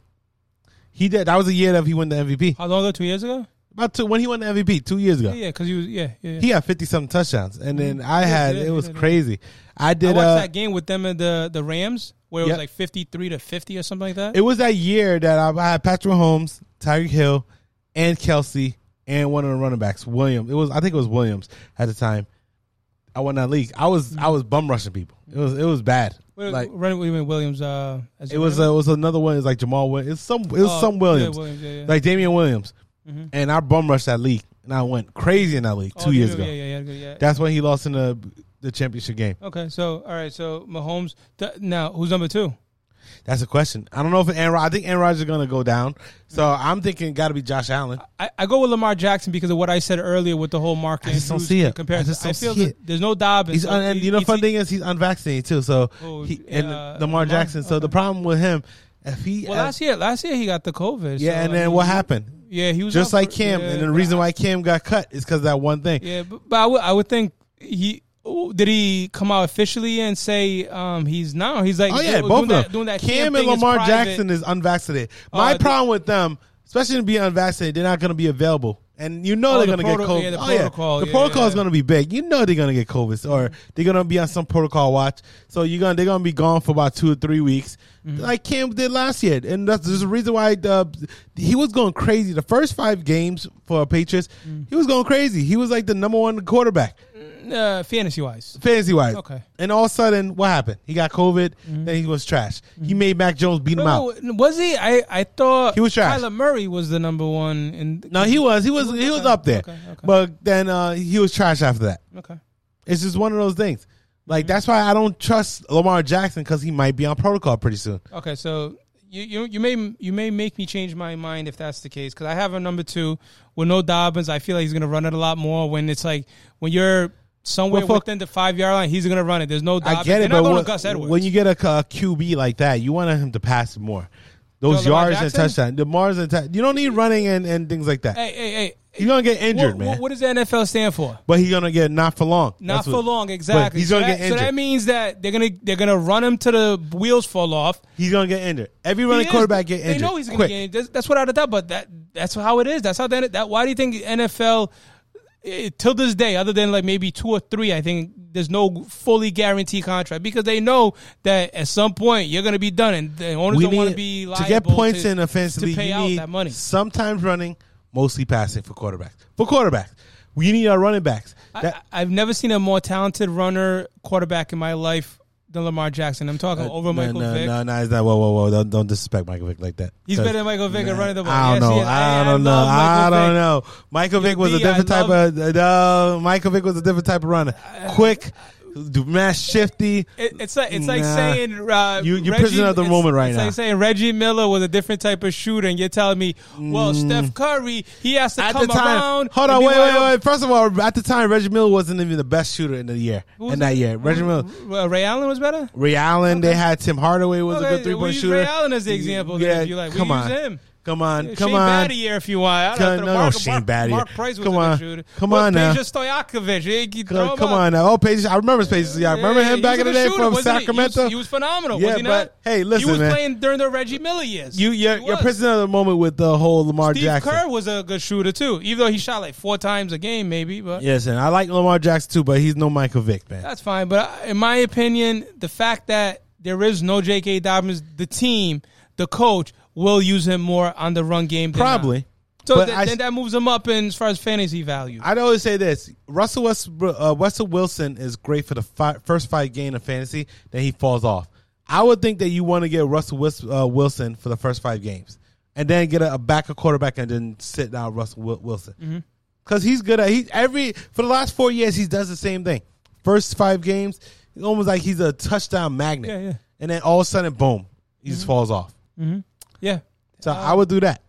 Speaker 2: He did. That was the year that he won the MVP.
Speaker 3: How long ago? Two years ago?
Speaker 2: About two when he won the MVP two years ago.
Speaker 3: Yeah, because he was yeah yeah. yeah.
Speaker 2: He had fifty something touchdowns, and then I had
Speaker 3: Mm-hmm. yeah,
Speaker 2: it was
Speaker 3: yeah, yeah.
Speaker 2: crazy. I
Speaker 3: I
Speaker 2: did.
Speaker 3: watched
Speaker 2: uh,
Speaker 3: that game with them and the the Rams where it
Speaker 2: Yep.
Speaker 3: was like fifty three to fifty or something like that.
Speaker 2: It was that year that I, I had Patrick Mahomes, Tyreek Hill, and Kelsey, and one of the running backs, Williams. It was I think it was Williams at the time. I won that league. I was I was bum rushing people. It was it was bad.
Speaker 3: Mm-hmm. Wait,
Speaker 2: like
Speaker 3: running with Williams. Uh, as
Speaker 2: It was uh, it was another one. It was like Jamal. Williams. It's some it was
Speaker 3: Oh,
Speaker 2: some
Speaker 3: yeah,
Speaker 2: Williams,
Speaker 3: Williams, yeah, Mm-hmm. yeah.
Speaker 2: like Damian Williams, and I bum rushed that league, and I went crazy in that league
Speaker 3: two
Speaker 2: two years ago.
Speaker 3: Oh, Yeah, yeah, yeah, yeah.
Speaker 2: That's when he lost in the the championship game.
Speaker 3: okay, so all right, so Mahomes. Th- now, who's number two?
Speaker 2: That's a question. I don't know if Aaron. Rod- I think Aaron Rodgers is gonna go down. So
Speaker 3: Mm-hmm.
Speaker 2: I'm thinking got to be Josh Allen.
Speaker 3: I, I go with Lamar Jackson because of what I said earlier with the whole market.
Speaker 2: I just don't see it. I just don't
Speaker 3: feel
Speaker 2: see
Speaker 3: that
Speaker 2: it.
Speaker 3: there's no Dobbins.
Speaker 2: He's
Speaker 3: So
Speaker 2: un- and
Speaker 3: he-
Speaker 2: you know
Speaker 3: he's-
Speaker 2: fun thing is he's unvaccinated too. So
Speaker 3: Oh,
Speaker 2: he and
Speaker 3: uh,
Speaker 2: Lamar
Speaker 3: Lamar,
Speaker 2: Jackson. So the
Speaker 3: okay.
Speaker 2: problem with him, if he
Speaker 3: Well, last year, last year he got the COVID.
Speaker 2: uh, yeah,
Speaker 3: so,
Speaker 2: and
Speaker 3: I
Speaker 2: then
Speaker 3: mean,
Speaker 2: what happened?
Speaker 3: Yeah, he was
Speaker 2: Just
Speaker 3: out
Speaker 2: like
Speaker 3: for-
Speaker 2: Cam,
Speaker 3: yeah,
Speaker 2: and the
Speaker 3: but
Speaker 2: reason why Cam got cut is because of that one thing.
Speaker 3: Yeah, but, but I would I would think he. did he come out officially and say um, he's now? He's like,
Speaker 2: Oh yeah,
Speaker 3: doing
Speaker 2: both of
Speaker 3: that-
Speaker 2: them.
Speaker 3: doing that
Speaker 2: Cam and
Speaker 3: Cam thing is
Speaker 2: Lamar
Speaker 3: private. Uh,
Speaker 2: Jackson is unvaccinated. My
Speaker 3: the-
Speaker 2: problem with them, especially to be unvaccinated, they're not going to be available, and you know
Speaker 3: Oh,
Speaker 2: they're
Speaker 3: the
Speaker 2: going to get
Speaker 3: proto-
Speaker 2: COVID.
Speaker 3: yeah, the
Speaker 2: oh yeah,
Speaker 3: protocol,
Speaker 2: the
Speaker 3: yeah,
Speaker 2: protocol
Speaker 3: yeah,
Speaker 2: is
Speaker 3: yeah.
Speaker 2: going to be big. You know they're going to get COVID, or they're going to be on some protocol watch. So you're going to they're going to be gone for about two or three weeks,
Speaker 3: Mm-hmm.
Speaker 2: like Cam did last year, and that's there's a reason why uh, he was going crazy. The first five games for Patriots,
Speaker 3: Mm.
Speaker 2: he was going crazy. He was like the number one quarterback
Speaker 3: uh, fantasy wise.
Speaker 2: fantasy wise.
Speaker 3: Okay. Mm-hmm.
Speaker 2: And all of a sudden, what happened? He got COVID. Then he was trash. He made Mac Jones beat him out.
Speaker 3: Oh, Was he? I, I thought
Speaker 2: He was trash.
Speaker 3: Kyler Murray was the number one. In,
Speaker 2: No, he was. He was. He was up there.
Speaker 3: Okay, okay.
Speaker 2: But then uh, he was trash after that.
Speaker 3: okay.
Speaker 2: It's just one of those things.
Speaker 3: Mm-hmm.
Speaker 2: Like that's why I don't trust Lamar Jackson because he might be on protocol pretty soon.
Speaker 3: Okay, so you, you you may you may make me change my mind if that's the case because I have a number two with no Dobbins. I feel like he's gonna run it a lot more when it's like when you're somewhere
Speaker 2: Well, fuck-
Speaker 3: within the five yard line. He's gonna run it. There's no Dobbins.
Speaker 2: I get
Speaker 3: They're
Speaker 2: it,
Speaker 3: not
Speaker 2: but
Speaker 3: going
Speaker 2: when,
Speaker 3: to Gus Edwards.
Speaker 2: when you get a, c- a QB like that, you want him to pass more. Those
Speaker 3: So Lamar
Speaker 2: yards and
Speaker 3: Jackson?
Speaker 2: touchdown, the Mars and touch. You don't need running and, and things like that.
Speaker 3: hey hey hey.
Speaker 2: You're gonna get injured,
Speaker 3: what,
Speaker 2: man.
Speaker 3: what- what does the NFL stand for?
Speaker 2: but he's gonna get not for long.
Speaker 3: Not
Speaker 2: That's
Speaker 3: for
Speaker 2: what-
Speaker 3: long, exactly.
Speaker 2: But he's gonna
Speaker 3: so, that,
Speaker 2: get
Speaker 3: so
Speaker 2: injured.
Speaker 3: that means that they're gonna they're gonna run him to the wheels fall off.
Speaker 2: He's gonna get injured. Every
Speaker 3: He
Speaker 2: running
Speaker 3: is.
Speaker 2: quarterback get
Speaker 3: They
Speaker 2: injured.
Speaker 3: know he's going to
Speaker 2: Quick.
Speaker 3: get injured. That's, that's without a doubt. But that that's how it is. That's how that. that why do you think NFL eh, till this day, other than like maybe two or three, I think there's no fully guaranteed contract because they know that at some point you're going to be done, and the owners
Speaker 2: We
Speaker 3: don't want
Speaker 2: need
Speaker 3: to be liable
Speaker 2: to get points
Speaker 3: to-
Speaker 2: in offensively.
Speaker 3: to pay
Speaker 2: you
Speaker 3: out
Speaker 2: need
Speaker 3: that money.
Speaker 2: sometimes running, mostly passing for quarterbacks. For quarterbacks, we need our running backs. That,
Speaker 3: I, have never seen a more talented runner quarterback in my life than Lamar Jackson. I'm talking over
Speaker 2: no,
Speaker 3: Michael
Speaker 2: no,
Speaker 3: Vick.
Speaker 2: No, no, it's not. Whoa, whoa, whoa! Don't, don't disrespect Michael Vick like that.
Speaker 3: He's better than Michael Vick at
Speaker 2: Nah,
Speaker 3: running the ball.
Speaker 2: I don't
Speaker 3: Yes, he
Speaker 2: know.
Speaker 3: is.
Speaker 2: I
Speaker 3: Hey, I
Speaker 2: don't know.
Speaker 3: love
Speaker 2: I
Speaker 3: Michael
Speaker 2: don't
Speaker 3: Vick.
Speaker 2: know. Michael Vick was a
Speaker 3: D, I
Speaker 2: different type of. Uh, Michael Vick was a different type of runner.
Speaker 3: Uh,
Speaker 2: Quick, do mass shifty.
Speaker 3: It, it's like it's like
Speaker 2: Nah.
Speaker 3: saying uh,
Speaker 2: You- you're
Speaker 3: Reggie-
Speaker 2: prisoner of the
Speaker 3: it's-
Speaker 2: moment right
Speaker 3: it's
Speaker 2: now.
Speaker 3: Like saying Reggie Miller was a different type of shooter, and you're telling me, well, Steph Curry, he has to
Speaker 2: Mm. At
Speaker 3: come
Speaker 2: the time,
Speaker 3: around.
Speaker 2: hold
Speaker 3: and
Speaker 2: on,
Speaker 3: be
Speaker 2: wait,
Speaker 3: one
Speaker 2: wait,
Speaker 3: of-
Speaker 2: wait. First of all, at the time, Reggie Miller wasn't even the best shooter in the year.
Speaker 3: was
Speaker 2: In that
Speaker 3: it?
Speaker 2: year, Reggie Miller.
Speaker 3: Uh, Ray Allen was better.
Speaker 2: Ray Allen. They had Tim Hardaway was
Speaker 3: Okay,
Speaker 2: a good three
Speaker 3: we
Speaker 2: point
Speaker 3: use
Speaker 2: shooter.
Speaker 3: Ray Allen as the example. then, if you like,
Speaker 2: come
Speaker 3: we
Speaker 2: on,
Speaker 3: use him.
Speaker 2: come on, come
Speaker 3: Shane
Speaker 2: on.
Speaker 3: Battier, if you want. I
Speaker 2: Come-
Speaker 3: don't know.
Speaker 2: no, no,
Speaker 3: Mark,
Speaker 2: Shane
Speaker 3: Mark,
Speaker 2: Battier.
Speaker 3: Mark Price was
Speaker 2: Come
Speaker 3: a good
Speaker 2: on.
Speaker 3: shooter.
Speaker 2: Come
Speaker 3: Well,
Speaker 2: on now.
Speaker 3: Peja Stojakovic. You can
Speaker 2: Come,
Speaker 3: throw him
Speaker 2: come
Speaker 3: out.
Speaker 2: on now. Oh, Pages. I remember Pages. Yeah, I remember
Speaker 3: Yeah,
Speaker 2: him back
Speaker 3: he's
Speaker 2: in
Speaker 3: a
Speaker 2: the
Speaker 3: good
Speaker 2: day
Speaker 3: shooter,
Speaker 2: from
Speaker 3: wasn't he? He was-
Speaker 2: Sacramento.
Speaker 3: He was, phenomenal,
Speaker 2: Yeah,
Speaker 3: was he not?
Speaker 2: but, hey, listen,
Speaker 3: he was
Speaker 2: man.
Speaker 3: playing during the Reggie Miller years.
Speaker 2: you, you're,
Speaker 3: He
Speaker 2: you're
Speaker 3: was.
Speaker 2: prisoner of the moment with the whole Lamar
Speaker 3: Steve
Speaker 2: Jackson.
Speaker 3: Kerr was a good shooter too, even though he shot like four times a game, maybe. But
Speaker 2: Yes, and I like Lamar Jackson too, but he's no Michael Vick, man.
Speaker 3: that's fine. But I- in my opinion, the fact that there is no J.K. Dobbins, the team, the coach will use him more on the run game. than not.
Speaker 2: Probably.
Speaker 3: So
Speaker 2: But
Speaker 3: th-
Speaker 2: I-
Speaker 3: then that moves him up in as far as fantasy value.
Speaker 2: I'd always say this: Russell West, uh, Russell Wilson is great for the fi- first five game of fantasy. Then he falls off. I would think that you want to get Russell Wis- uh, Wilson for the first five games, and then get a, a backup quarterback, and then sit down Russell Wil-
Speaker 3: Mm-hmm.
Speaker 2: Wilson because he's good at he every for the last four years he does the same thing. First five games, it's almost like he's a touchdown magnet,
Speaker 3: Yeah, Mm-hmm. yeah.
Speaker 2: and then all of a sudden, boom, he just falls off.
Speaker 3: yeah.
Speaker 2: So I would do that.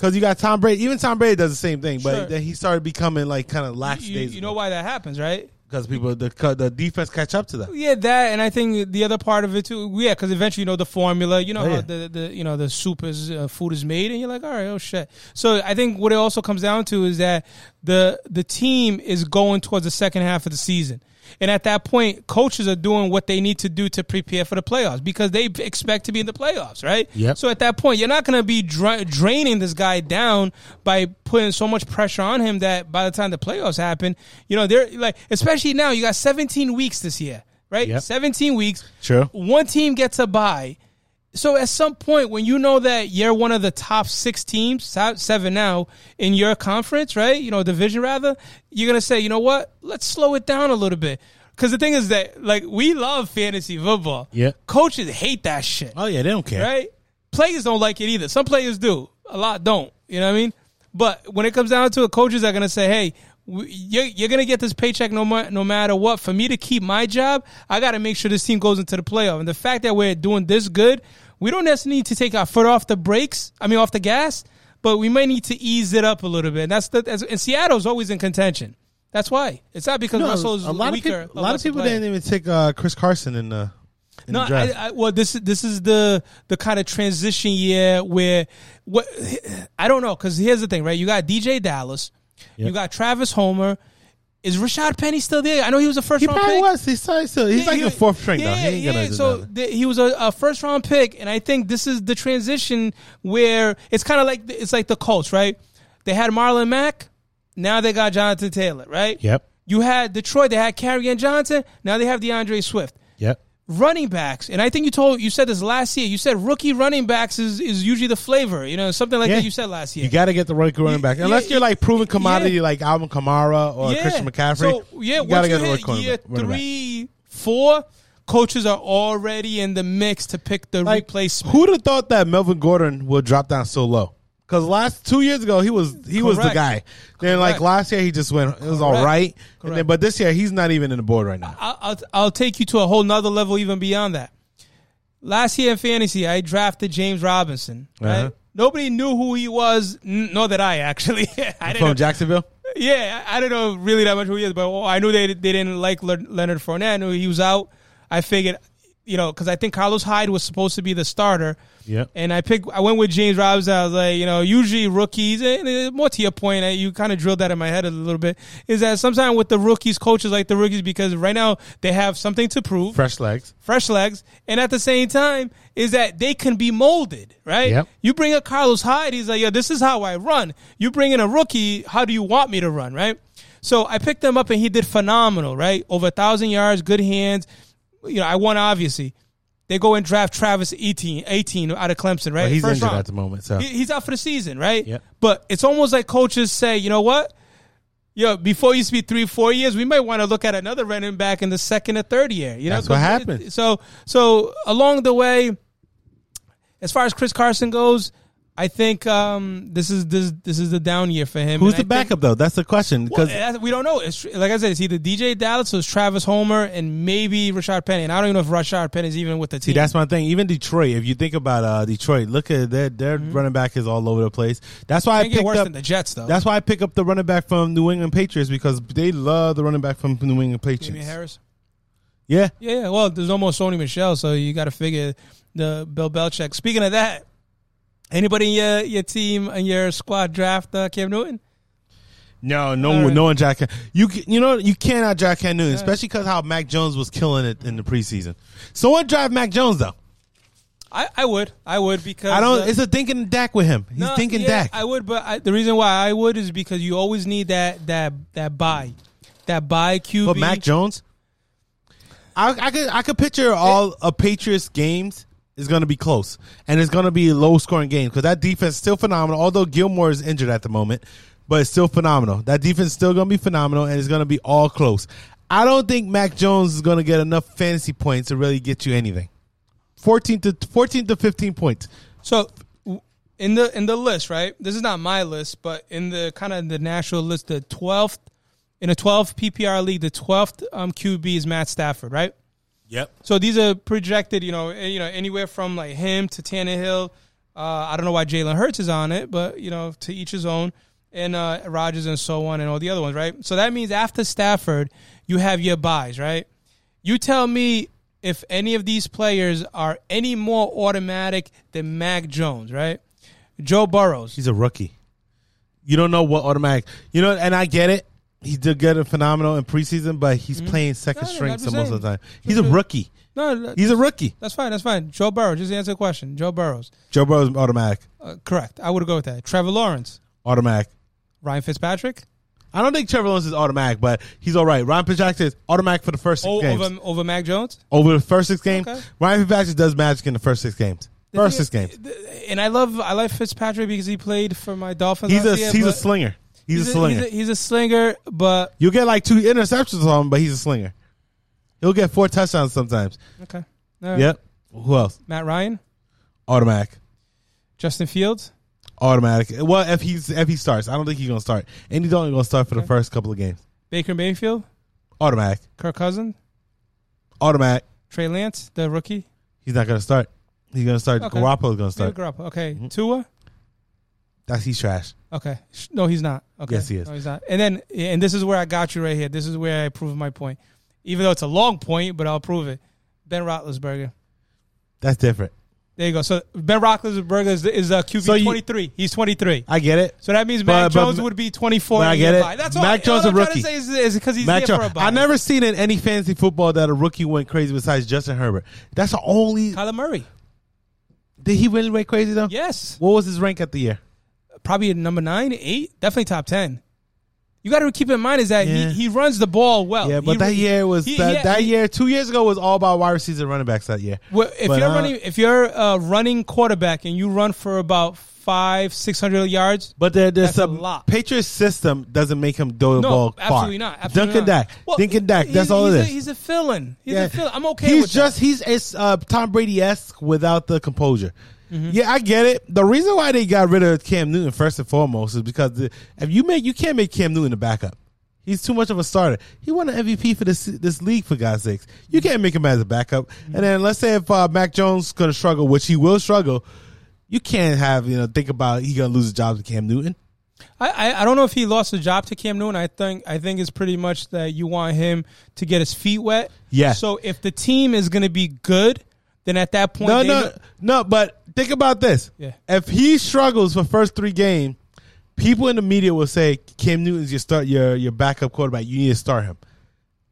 Speaker 2: Because you got Tom Brady, even Tom Brady does the same thing,
Speaker 3: Sure.
Speaker 2: but then he started becoming like kind of lax.
Speaker 3: You, you know why that happens, right?
Speaker 2: because people the the defense catch up to them.
Speaker 3: Yeah, that, and I think the other part of it too. Yeah, because eventually you know the formula. You know
Speaker 2: Oh, yeah.
Speaker 3: how the, the you know the soup is uh, food is made, and you're like, all right, oh shit. So I think what it also comes down to is that the the team is going towards the second half of the season, and at that point, coaches are doing what they need to do to prepare for the playoffs because they expect to be in the playoffs, right?
Speaker 2: Yep.
Speaker 3: So at that point, you're not going to be dra- draining this guy down by putting so much pressure on him that by the time the playoffs happen, you know they're like, especially now you got 17 weeks this year, right?
Speaker 2: Yep.
Speaker 3: 17 weeks.
Speaker 2: True.
Speaker 3: One team gets a bye. So at some point, when you know that you're one of the top six teams, top seven now in your conference, right? You know, division rather, you're gonna say, you know what? Let's slow it down a little bit. Because the thing is that, like, we love fantasy football.
Speaker 2: Yeah.
Speaker 3: Coaches hate that shit
Speaker 2: Oh yeah, they don't care.
Speaker 3: right? Players don't like it either. Some players do. A lot don't. You know what I mean? But when it comes down to it, coaches are going to say, "Hey, w- you're, you're going to get this paycheck no, ma- no matter what. For me to keep my job, I got to make sure this team goes into the playoff. And the fact that we're doing this good, we don't necessarily need to take our foot off the brakes. I mean, off the gas, but we may need to ease it up a little bit. And that's the that's, and Seattle's always in contention. That's why it's not because
Speaker 2: No,
Speaker 3: Russell's
Speaker 2: a lot
Speaker 3: weaker.
Speaker 2: of people, a lot of
Speaker 3: lesser
Speaker 2: people
Speaker 3: player.
Speaker 2: didn't even take uh, Chris Carson in the in
Speaker 3: No,
Speaker 2: the draft.
Speaker 3: I, I, well, this is this is the the kind of transition year where what I don't know because here's the thing, right? You got DJ Dallas, you got Travis Homer, Is Rashad Penny still there? I know he was a first
Speaker 2: He
Speaker 3: round
Speaker 2: probably
Speaker 3: pick.
Speaker 2: was. He's still, he's still- he's
Speaker 3: Yeah,
Speaker 2: like
Speaker 3: he-
Speaker 2: a fourth string
Speaker 3: yeah,
Speaker 2: now. He ain't
Speaker 3: yeah,
Speaker 2: gonna
Speaker 3: yeah.
Speaker 2: do
Speaker 3: so
Speaker 2: nothing.
Speaker 3: th- he was a, a first round pick, and I think this is the transition where it's kind of like the- it's like the Colts, right? They had Marlon Mack, now they got Jonathan Taylor, right?
Speaker 2: Yep.
Speaker 3: You had Detroit, they had Carrion Johnson, now they have DeAndre Swift.
Speaker 2: Yep.
Speaker 3: Running backs, and I think you told you said this last year. You said rookie running backs is, is usually the flavor, you know, something like
Speaker 2: Yeah.
Speaker 3: that. You said last year.
Speaker 2: You got to get the rookie running back,
Speaker 3: yeah,
Speaker 2: unless you're like proven
Speaker 3: yeah.
Speaker 2: commodity, like Alvin Kamara or Christian McCaffrey.
Speaker 3: So yeah,
Speaker 2: you got to
Speaker 3: once you
Speaker 2: get the
Speaker 3: hit
Speaker 2: rookie
Speaker 3: year
Speaker 2: running back.
Speaker 3: three, four, coaches are already in the mix to pick the
Speaker 2: Like,
Speaker 3: replacement.
Speaker 2: Who'd have thought that Melvin Gordon would drop down so low? Because last two years ago he was he was the
Speaker 3: Correct.
Speaker 2: guy. Then like
Speaker 3: Correct.
Speaker 2: last year he just went it was all
Speaker 3: Correct.
Speaker 2: right. And then,
Speaker 3: Correct.
Speaker 2: but this year he's not even in the board right now.
Speaker 3: I'll, I'll I'll take you to a whole nother level even beyond that. Last year in fantasy, I drafted James Robinson. Right?
Speaker 2: Uh-huh.
Speaker 3: Nobody knew who he was, n- nor that I actually. [LAUGHS] I didn't know-
Speaker 2: From Jacksonville,
Speaker 3: Yeah, I I don't know really that much who he is, but well, I knew they they didn't like Le- Leonard Fournette. I knew he was out. I figured, you know, because I think Carlos Hyde was supposed to be the starter.
Speaker 2: Yep.
Speaker 3: And I picked. I went with James Robinson. I was like, you know, usually rookies. And uh, more to your point, uh, you kind of drilled that in my head a little bit. Is that sometimes with the rookies, coaches like the rookies because right now they have something to prove
Speaker 2: fresh legs.
Speaker 3: fresh legs, and at the same time is that they can be molded, right?
Speaker 2: Yep.
Speaker 3: You bring up Carlos Hyde, he's like, yo, this is how I run. You bring in a rookie, how do you want me to run, right? So I picked him up, and he did phenomenal, right? Over a thousand yards, good hands. You know, I won obviously. They go and draft Travis 18, 18 out of Clemson, right?
Speaker 2: But he's
Speaker 3: First
Speaker 2: injured
Speaker 3: round.
Speaker 2: at the moment. So
Speaker 3: He- he's out for the season, right?
Speaker 2: Yep.
Speaker 3: But it's almost like coaches say, you know what? Yo, before you speak three, four years, we might want to look at another running back in the second or third year. You know,
Speaker 2: That's what
Speaker 3: 'cause it-
Speaker 2: happened.
Speaker 3: So, so along the way, as far as Chris Carson goes, I think um, this is this this is the down year for him.
Speaker 2: who's
Speaker 3: And
Speaker 2: the
Speaker 3: I think-
Speaker 2: backup though? That's the question.
Speaker 3: well,
Speaker 2: Because
Speaker 3: that's- we don't know. It's like I said, it's either DJ Dallas or it's Travis Homer and maybe Rashad Penny. And I don't even know if Rashad Penny is even with the
Speaker 2: See,
Speaker 3: team.
Speaker 2: that's my thing. Even Detroit, if you think about uh, Detroit, look at their their running back is all over the place. That's why I
Speaker 3: Mm-hmm. Can't get
Speaker 2: picked
Speaker 3: worse
Speaker 2: up.
Speaker 3: than the Jets, though.
Speaker 2: that's why I pick up the running back from New England Patriots because they love the running back from New England
Speaker 3: Damian
Speaker 2: Patriots.
Speaker 3: Harris.
Speaker 2: Yeah,
Speaker 3: Yeah, yeah, well, there's no more Sony Michelle, so you got to figure the Bill Belichick. Speaking of that, anybody in your, your team and your squad draft uh, Cam Newton?
Speaker 2: no, no,
Speaker 3: All right.
Speaker 2: no one Jack. You ca- you know you cannot Jack Cam Newton, especially because how Mac Jones was killing it in the preseason. Someone drive Mac Jones though.
Speaker 3: I, I would, I would because
Speaker 2: I
Speaker 3: uh,
Speaker 2: don't. It's a thinking Dak with him. He's
Speaker 3: no,
Speaker 2: thinking
Speaker 3: yeah,
Speaker 2: Dak.
Speaker 3: I would, but I, the reason why I would is because you always need that that that buy, that buy QB.
Speaker 2: But Mac Jones, I, I could I could picture all a Patriots games is going to be close and it's going to be low scoring games because that defense is still phenomenal. Although Gilmore is injured at the moment, but it's still phenomenal. That defense is still going to be phenomenal and it's going to be all close. I don't think Mac Jones is going to get enough fantasy points to really get you anything. Fourteen to fourteen to fifteen points.
Speaker 3: So w- in the in the list, right? This is not my list, but in the kind of the national list, the twelfth in a twelve PPR league, the twelfth um, QB is Matt Stafford, right?
Speaker 2: Yep.
Speaker 3: So these are projected, you know, eh, you know, anywhere from like him to Tannehill. Uh, I don't know why Jalen Hurts is on it, but you know, to each his own, and uh, Rodgers and so on, and all the other ones, right? So that means after Stafford, you have your buys, right? You tell me if any of these players are any more automatic than Mac Jones, right? Joe Burrows,
Speaker 2: He's a rookie. You don't know what automatic. You know, and I get it. He did good and phenomenal in preseason, but he's playing second
Speaker 3: No, no,
Speaker 2: string
Speaker 3: Mm-hmm. I'm
Speaker 2: so
Speaker 3: just
Speaker 2: most of the
Speaker 3: saying.
Speaker 2: time. He's a rookie.
Speaker 3: no, no,
Speaker 2: He's a rookie.
Speaker 3: that's fine, that's fine. Joe Burrows, just answer the question. Joe Burrows,
Speaker 2: Joe Burrow's automatic.
Speaker 3: uh, correct. I would go with that. Trevor Lawrence,
Speaker 2: Automatic.
Speaker 3: Ryan Fitzpatrick,
Speaker 2: I don't think Trevor Lawrence is automatic, but he's all right. Ryan Fitzpatrick is automatic for the first six
Speaker 3: o-
Speaker 2: games.
Speaker 3: Oh, over
Speaker 2: Over,
Speaker 3: over Mac Jones.
Speaker 2: the first six games,
Speaker 3: Okay.
Speaker 2: Ryan Fitzpatrick does magic in the first six games.
Speaker 3: thing
Speaker 2: First six
Speaker 3: is,
Speaker 2: games.
Speaker 3: th- And I love I like Fitzpatrick because he played for my Dolphins.
Speaker 2: He's a
Speaker 3: last year,
Speaker 2: he's a
Speaker 3: but
Speaker 2: slinger. He's, a slinger.
Speaker 3: He's a, he's a slinger, but
Speaker 2: You'll get like two interceptions on him, but he's a slinger. He'll get four touchdowns sometimes.
Speaker 3: okay. All right.
Speaker 2: Yep. Who else?
Speaker 3: Matt Ryan,
Speaker 2: Automatic.
Speaker 3: Justin Fields.
Speaker 2: Automatic. Well, if he's if he starts, I don't think he's gonna start, and he's only gonna start for the first couple of games.
Speaker 3: Baker Mayfield,
Speaker 2: Automatic.
Speaker 3: Kirk Cousins,
Speaker 2: Automatic.
Speaker 3: Trey Lance, the rookie.
Speaker 2: He's not gonna start. He's gonna start.
Speaker 3: Okay.
Speaker 2: Garoppolo's gonna start.
Speaker 3: David Garoppolo. Okay,
Speaker 2: Mm-hmm.
Speaker 3: Tua.
Speaker 2: That's he's trash.
Speaker 3: Okay, Sh- no, he's not. Okay,
Speaker 2: Yes, he is.
Speaker 3: No, he's not. And then and this is where I got you right here. This is where I prove my point, even though it's a long point, but I'll prove it. Ben Roethlisberger.
Speaker 2: That's different.
Speaker 3: There you go. So Ben Roethlisberger is, is uh, QB
Speaker 2: So you-
Speaker 3: 23. He's 23.
Speaker 2: I get it.
Speaker 3: So that means
Speaker 2: But-
Speaker 3: Mac
Speaker 2: but-
Speaker 3: Jones would be 24.
Speaker 2: but
Speaker 3: and
Speaker 2: I
Speaker 3: a
Speaker 2: get
Speaker 3: year
Speaker 2: it.
Speaker 3: bye. That's
Speaker 2: Mac
Speaker 3: all,
Speaker 2: Jones
Speaker 3: all I'm
Speaker 2: a
Speaker 3: trying to
Speaker 2: rookie.
Speaker 3: say is- is because he's
Speaker 2: Matt
Speaker 3: there
Speaker 2: Jones.
Speaker 3: for a bye.
Speaker 2: I never seen in any fantasy football that a rookie went crazy besides Justin Herbert. That's the only.
Speaker 3: Kyler Murray.
Speaker 2: Did he really went crazy though?
Speaker 3: Yes.
Speaker 2: What was his rank at the year?
Speaker 3: Probably number nine, eight. Definitely top 10. You got to keep in mind is that
Speaker 2: Yeah.
Speaker 3: he, he runs the ball well.
Speaker 2: Yeah, but
Speaker 3: He-
Speaker 2: that year was
Speaker 3: he-
Speaker 2: that,
Speaker 3: yeah,
Speaker 2: that
Speaker 3: he-
Speaker 2: year. Two years ago was all about wide receivers and running backs that year.
Speaker 3: Well, if
Speaker 2: But,
Speaker 3: you're
Speaker 2: uh,
Speaker 3: running, if you're uh, running quarterback and you run for about five, six hundred yards,
Speaker 2: But there, there's
Speaker 3: That's a
Speaker 2: some
Speaker 3: lot.
Speaker 2: Patriots system doesn't make him throw the
Speaker 3: no,
Speaker 2: ball far.
Speaker 3: absolutely not. Absolutely
Speaker 2: Duncan
Speaker 3: not.
Speaker 2: Dak, Duncan Dak. That's
Speaker 3: he's-
Speaker 2: all it is.
Speaker 3: he's A, he's a fill-in. He's a fill. I'm okay.
Speaker 2: He's
Speaker 3: with that.
Speaker 2: just he's it's uh, Tom Brady esque without the composure.
Speaker 3: Mm-hmm.
Speaker 2: Yeah, I get it. The reason why they got rid of Cam Newton first and foremost is because the, if you make you can't make Cam Newton a backup. He's too much of a starter. He won an MVP for this this league for God's sakes. You can't make him as a backup.
Speaker 3: Mm-hmm.
Speaker 2: And then let's say if uh, Mac Jones going to struggle, which he will struggle, you can't have you know think about he going to lose his job to Cam Newton.
Speaker 3: I, I I don't know if he lost the job to Cam Newton. I think I think it's pretty much that you want him to get his feet wet.
Speaker 2: Yeah.
Speaker 3: So if the team is going to be good, then at that point,
Speaker 2: No,
Speaker 3: they
Speaker 2: no,
Speaker 3: know-
Speaker 2: no. But think about this:
Speaker 3: Yeah.
Speaker 2: if he struggles for first three game, people in the media will say Cam Newton's your start, your your backup quarterback. You need to start him.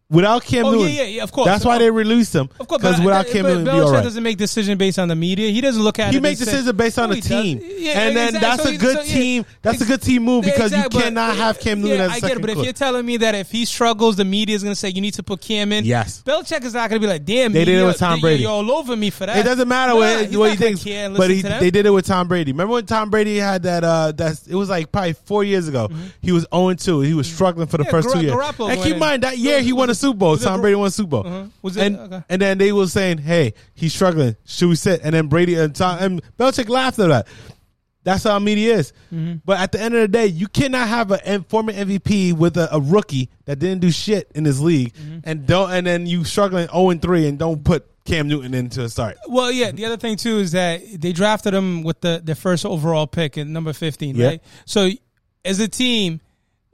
Speaker 2: Without Cam
Speaker 3: Oh, yeah,
Speaker 2: Newton,
Speaker 3: yeah, yeah, of course.
Speaker 2: That's why they released him.
Speaker 3: Of course,
Speaker 2: because
Speaker 3: but-
Speaker 2: without
Speaker 3: but
Speaker 2: Cam Newton, it'd be
Speaker 3: Belichick
Speaker 2: all right.
Speaker 3: doesn't make decisions based on the media. He doesn't look at
Speaker 2: He
Speaker 3: it
Speaker 2: makes
Speaker 3: and say-
Speaker 2: decisions based on
Speaker 3: No,
Speaker 2: the
Speaker 3: he doesn't.
Speaker 2: team,
Speaker 3: Yeah,
Speaker 2: and then
Speaker 3: exactly.
Speaker 2: that's
Speaker 3: So
Speaker 2: a
Speaker 3: he-
Speaker 2: good
Speaker 3: so, yeah.
Speaker 2: team. That's a good team move
Speaker 3: Yeah,
Speaker 2: because
Speaker 3: exactly,
Speaker 2: you
Speaker 3: but-
Speaker 2: cannot have Cam Newton
Speaker 3: yeah,
Speaker 2: as a
Speaker 3: I get
Speaker 2: second
Speaker 3: it, but if
Speaker 2: quarter-
Speaker 3: you're telling me that if he struggles, the media is going to say you need to put Cam in.
Speaker 2: Yes.
Speaker 3: Belichick is not going to be like, damn,
Speaker 2: They did it
Speaker 3: media,
Speaker 2: with Tom
Speaker 3: you-
Speaker 2: Brady.
Speaker 3: You're all over me for that.
Speaker 2: It doesn't matter
Speaker 3: Nah,
Speaker 2: what,
Speaker 3: he's
Speaker 2: what
Speaker 3: not
Speaker 2: he
Speaker 3: gonna
Speaker 2: thinks,
Speaker 3: care and
Speaker 2: but
Speaker 3: listen
Speaker 2: he,
Speaker 3: to them.
Speaker 2: they did it with Tom Brady. Remember when Tom Brady had that? Uh, that's it was like probably four years ago. He was zero two. He was struggling for the
Speaker 3: Mm-hmm. Yeah,
Speaker 2: first two
Speaker 3: Gar-
Speaker 2: years.
Speaker 3: Garoppolo
Speaker 2: and
Speaker 3: went
Speaker 2: keep
Speaker 3: in.
Speaker 2: in mind that year he won a Super Bowl.
Speaker 3: it
Speaker 2: Tom
Speaker 3: Gar-
Speaker 2: Brady won a Super Bowl.
Speaker 3: Uh-huh. Was it-
Speaker 2: and,
Speaker 3: okay.
Speaker 2: and then they were saying, "Hey, he's struggling. Should we sit?" And then Brady and Tom and Belichick laughed at that. That's how media is.
Speaker 3: Mm-hmm.
Speaker 2: But at the end of the day, you cannot have a M- former MVP with a, a rookie that didn't do shit in this league,
Speaker 3: Mm-hmm.
Speaker 2: and don't, and then you struggling zero and three, and don't put Cam Newton into a start.
Speaker 3: Well, yeah. The other thing too is that they drafted him with the their first overall pick at number fifteen,
Speaker 2: Yeah.
Speaker 3: right? So, as a team,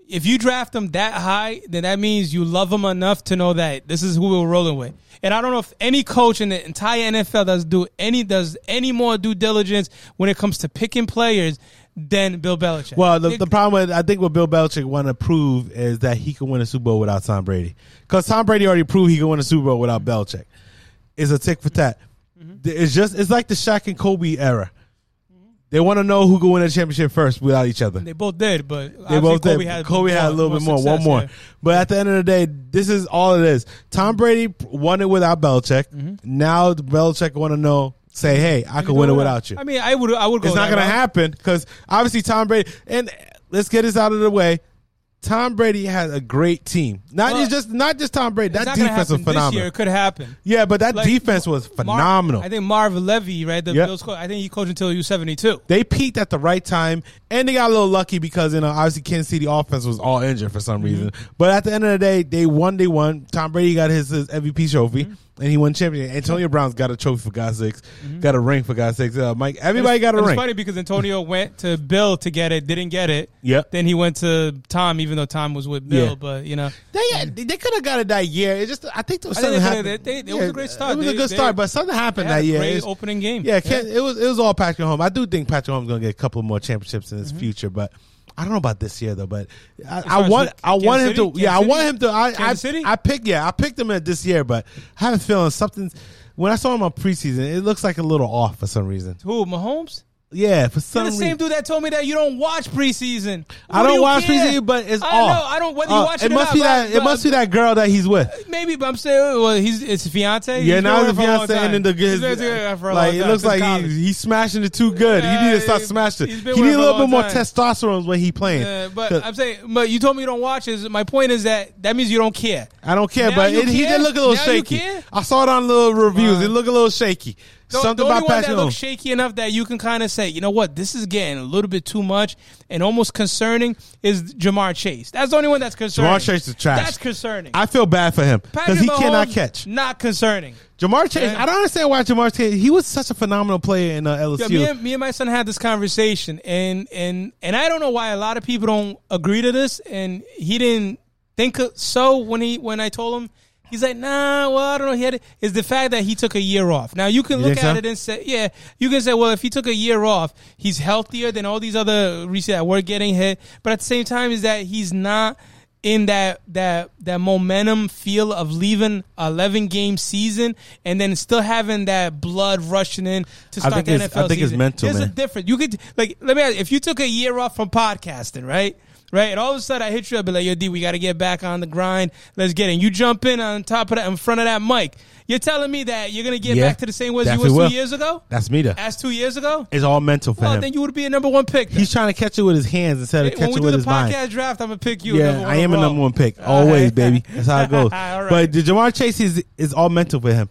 Speaker 3: if you draft him that high, then that means you love him enough to know that this is who we're rolling with. And I don't know if any coach in the entire NFL does do any does any more due diligence when it comes to picking players than Bill Belichick.
Speaker 2: Well, the,
Speaker 3: They-
Speaker 2: the problem with I think what Bill Belichick want to prove is that he can win a Super Bowl without Tom Brady, because Tom Brady already proved he can win a Super Bowl without Belichick. It's a tick for tat. It's just it's like the Shaq and Kobe era. They want to know who can win a championship first without each other.
Speaker 3: they both did, but
Speaker 2: They both Kobe did.
Speaker 3: Had
Speaker 2: Kobe had a little bit more, one
Speaker 3: success,
Speaker 2: more.
Speaker 3: yeah.
Speaker 2: But at the end of the day, this is all it is. Tom Brady won it without Belichick. Now Belichick want to know, say, hey, I can win it without Mm-hmm. you.
Speaker 3: I mean, I would I would go.
Speaker 2: It's not
Speaker 3: that
Speaker 2: going to
Speaker 3: route.
Speaker 2: happen because obviously Tom Brady. And let's get this out of the way. Tom Brady had a great team. Not
Speaker 3: Well,
Speaker 2: just not just Tom Brady.
Speaker 3: It's
Speaker 2: That
Speaker 3: not gonna
Speaker 2: defense was
Speaker 3: happen This year
Speaker 2: phenomenal.
Speaker 3: it could happen.
Speaker 2: Yeah, but that
Speaker 3: Like,
Speaker 2: defense was
Speaker 3: Mar-
Speaker 2: phenomenal.
Speaker 3: I think Marv Levy, right? The
Speaker 2: Yep.
Speaker 3: Bills coach. I think he coached until he was seventy two.
Speaker 2: they peaked at the right time, and they got a little lucky because you know obviously Kansas City offense was all injured for some
Speaker 3: Mm-hmm.
Speaker 2: reason. But at the end of the day, they won. They won. Tom Brady got his, his MVP trophy,
Speaker 3: Mm-hmm.
Speaker 2: and he won championship. Antonio Brown's got a trophy for God's sakes, got a ring for God's sakes. Uh, Mike, everybody got a
Speaker 3: It's
Speaker 2: ring.
Speaker 3: Mm-hmm. funny because Antonio went to Bill to get it, didn't get it.
Speaker 2: Yep.
Speaker 3: Then he went to Tom, even though Tom was with Bill.
Speaker 2: Yeah.
Speaker 3: But you know,
Speaker 2: They uh, they could have got it that year. It just I think there was
Speaker 3: I
Speaker 2: something
Speaker 3: think they
Speaker 2: happened.
Speaker 3: coulda- they- they- it was a great start.
Speaker 2: It was a
Speaker 3: They-
Speaker 2: good
Speaker 3: they-
Speaker 2: start, but something
Speaker 3: they
Speaker 2: happened
Speaker 3: had
Speaker 2: that
Speaker 3: a
Speaker 2: year.
Speaker 3: great
Speaker 2: It's-
Speaker 3: opening game.
Speaker 2: Yeah, Ken- it was it was all Patrick Holmes. I do think Patrick Holmes is gonna get a couple more championships in his future, but. I don't know about this year though, but I, I
Speaker 3: Mm-hmm. as
Speaker 2: want
Speaker 3: with
Speaker 2: I want him
Speaker 3: Kansas
Speaker 2: to
Speaker 3: City?
Speaker 2: yeah I
Speaker 3: Kansas
Speaker 2: want
Speaker 3: City?
Speaker 2: him to I I,
Speaker 3: Kansas City?
Speaker 2: I pick yeah I picked him at this year, but I have a feeling something. When I saw him on preseason, it looks like a little off for some reason.
Speaker 3: Who Mahomes?
Speaker 2: Yeah, for
Speaker 3: You're
Speaker 2: some
Speaker 3: the
Speaker 2: reason.
Speaker 3: same dude that told me that you don't watch preseason.
Speaker 2: I
Speaker 3: What do
Speaker 2: don't
Speaker 3: you
Speaker 2: watch
Speaker 3: care?
Speaker 2: preseason, but it's
Speaker 3: I
Speaker 2: off.
Speaker 3: know. I don't. Whether
Speaker 2: Uh,
Speaker 3: you watch it,
Speaker 2: must
Speaker 3: or
Speaker 2: be
Speaker 3: not,
Speaker 2: that
Speaker 3: but-
Speaker 2: it must be that girl that he's with.
Speaker 3: Maybe, but I'm saying, well, he's it's fiance.
Speaker 2: Yeah,
Speaker 3: He's
Speaker 2: now
Speaker 3: been
Speaker 2: the
Speaker 3: with her for a long
Speaker 2: fiance and then
Speaker 3: time.
Speaker 2: the good.
Speaker 3: He's been with her for a
Speaker 2: Like
Speaker 3: long
Speaker 2: it
Speaker 3: time,
Speaker 2: looks
Speaker 3: since
Speaker 2: like
Speaker 3: college.
Speaker 2: he's he's smashing it too good. he
Speaker 3: Yeah,
Speaker 2: needs to start
Speaker 3: he-
Speaker 2: smashing. He
Speaker 3: he's
Speaker 2: needs
Speaker 3: been
Speaker 2: a
Speaker 3: with her for
Speaker 2: little
Speaker 3: a
Speaker 2: bit
Speaker 3: long
Speaker 2: more
Speaker 3: time.
Speaker 2: testosterone when he playing.
Speaker 3: Uh, but
Speaker 2: 'Cause
Speaker 3: I'm saying, but you told me you don't watch is my point is that that means you don't care.
Speaker 2: I don't care,
Speaker 3: Now
Speaker 2: but
Speaker 3: you
Speaker 2: it, he
Speaker 3: care?
Speaker 2: did look a little
Speaker 3: Now you
Speaker 2: shaky.
Speaker 3: care?
Speaker 2: I saw it on little reviews. It
Speaker 3: Fine.
Speaker 2: looked a little shaky.
Speaker 3: The,
Speaker 2: Something
Speaker 3: the only
Speaker 2: about
Speaker 3: one
Speaker 2: Patrick
Speaker 3: that looks
Speaker 2: Holmes.
Speaker 3: shaky enough that you can kind of say, you know what, this is getting a little bit too much and almost concerning is Jamar Chase. That's the only one that's concerning.
Speaker 2: Jamar Chase is trash.
Speaker 3: That's concerning.
Speaker 2: I feel bad for him because
Speaker 3: Patrick
Speaker 2: he cannot
Speaker 3: Mahomes,
Speaker 2: catch.
Speaker 3: Not concerning.
Speaker 2: Jamar Chase.
Speaker 3: Yeah.
Speaker 2: I don't understand why Jamar Chase. He was such a phenomenal player in uh,
Speaker 3: Yeah,
Speaker 2: LSU.
Speaker 3: me, and, me and my son had this conversation, and and and I don't know why a lot of people don't agree to this, and he didn't think so when he when I told him He's like, nah, well, I don't know. He had it. It's the fact that he took a year off. Now you can
Speaker 2: You
Speaker 3: look
Speaker 2: think so?
Speaker 3: at it and say, yeah, you can say, well, if he took a year off, he's healthier than all these other reasons that were getting hit. But at the same time, is that he's not in that that that momentum feel of leaving a 11 game season and then still having that blood rushing in
Speaker 2: I
Speaker 3: to start
Speaker 2: think
Speaker 3: the
Speaker 2: it's-
Speaker 3: NFL
Speaker 2: I think it's
Speaker 3: season.
Speaker 2: mental,
Speaker 3: There's a
Speaker 2: man.
Speaker 3: difference. You could like let me ask you, if you took a year off from podcasting, right? Right, and all of a sudden I hit you up, be like, "Yo, D, we got to get back on the grind. Let's get in." You jump in on top of that, in front of that mic. You're telling me that you're gonna get
Speaker 2: Yeah,
Speaker 3: back to the same way as you
Speaker 2: definitely
Speaker 3: was
Speaker 2: will.
Speaker 3: two years ago?
Speaker 2: That's me. though.
Speaker 3: As two years ago,
Speaker 2: It's all mental for
Speaker 3: well,
Speaker 2: him.
Speaker 3: then you would be a number one pick.
Speaker 2: He's trying to catch it with his hands instead of
Speaker 3: Hey, when we
Speaker 2: catching
Speaker 3: do
Speaker 2: with
Speaker 3: the
Speaker 2: his mind.
Speaker 3: podcast draft, I'm gonna pick you.
Speaker 2: Yeah,
Speaker 3: number
Speaker 2: I am a
Speaker 3: overall.
Speaker 2: number one pick
Speaker 3: All
Speaker 2: always,
Speaker 3: [LAUGHS] right.
Speaker 2: baby. That's how it goes.
Speaker 3: All right.
Speaker 2: But the Jamar Chase is is all mental for him.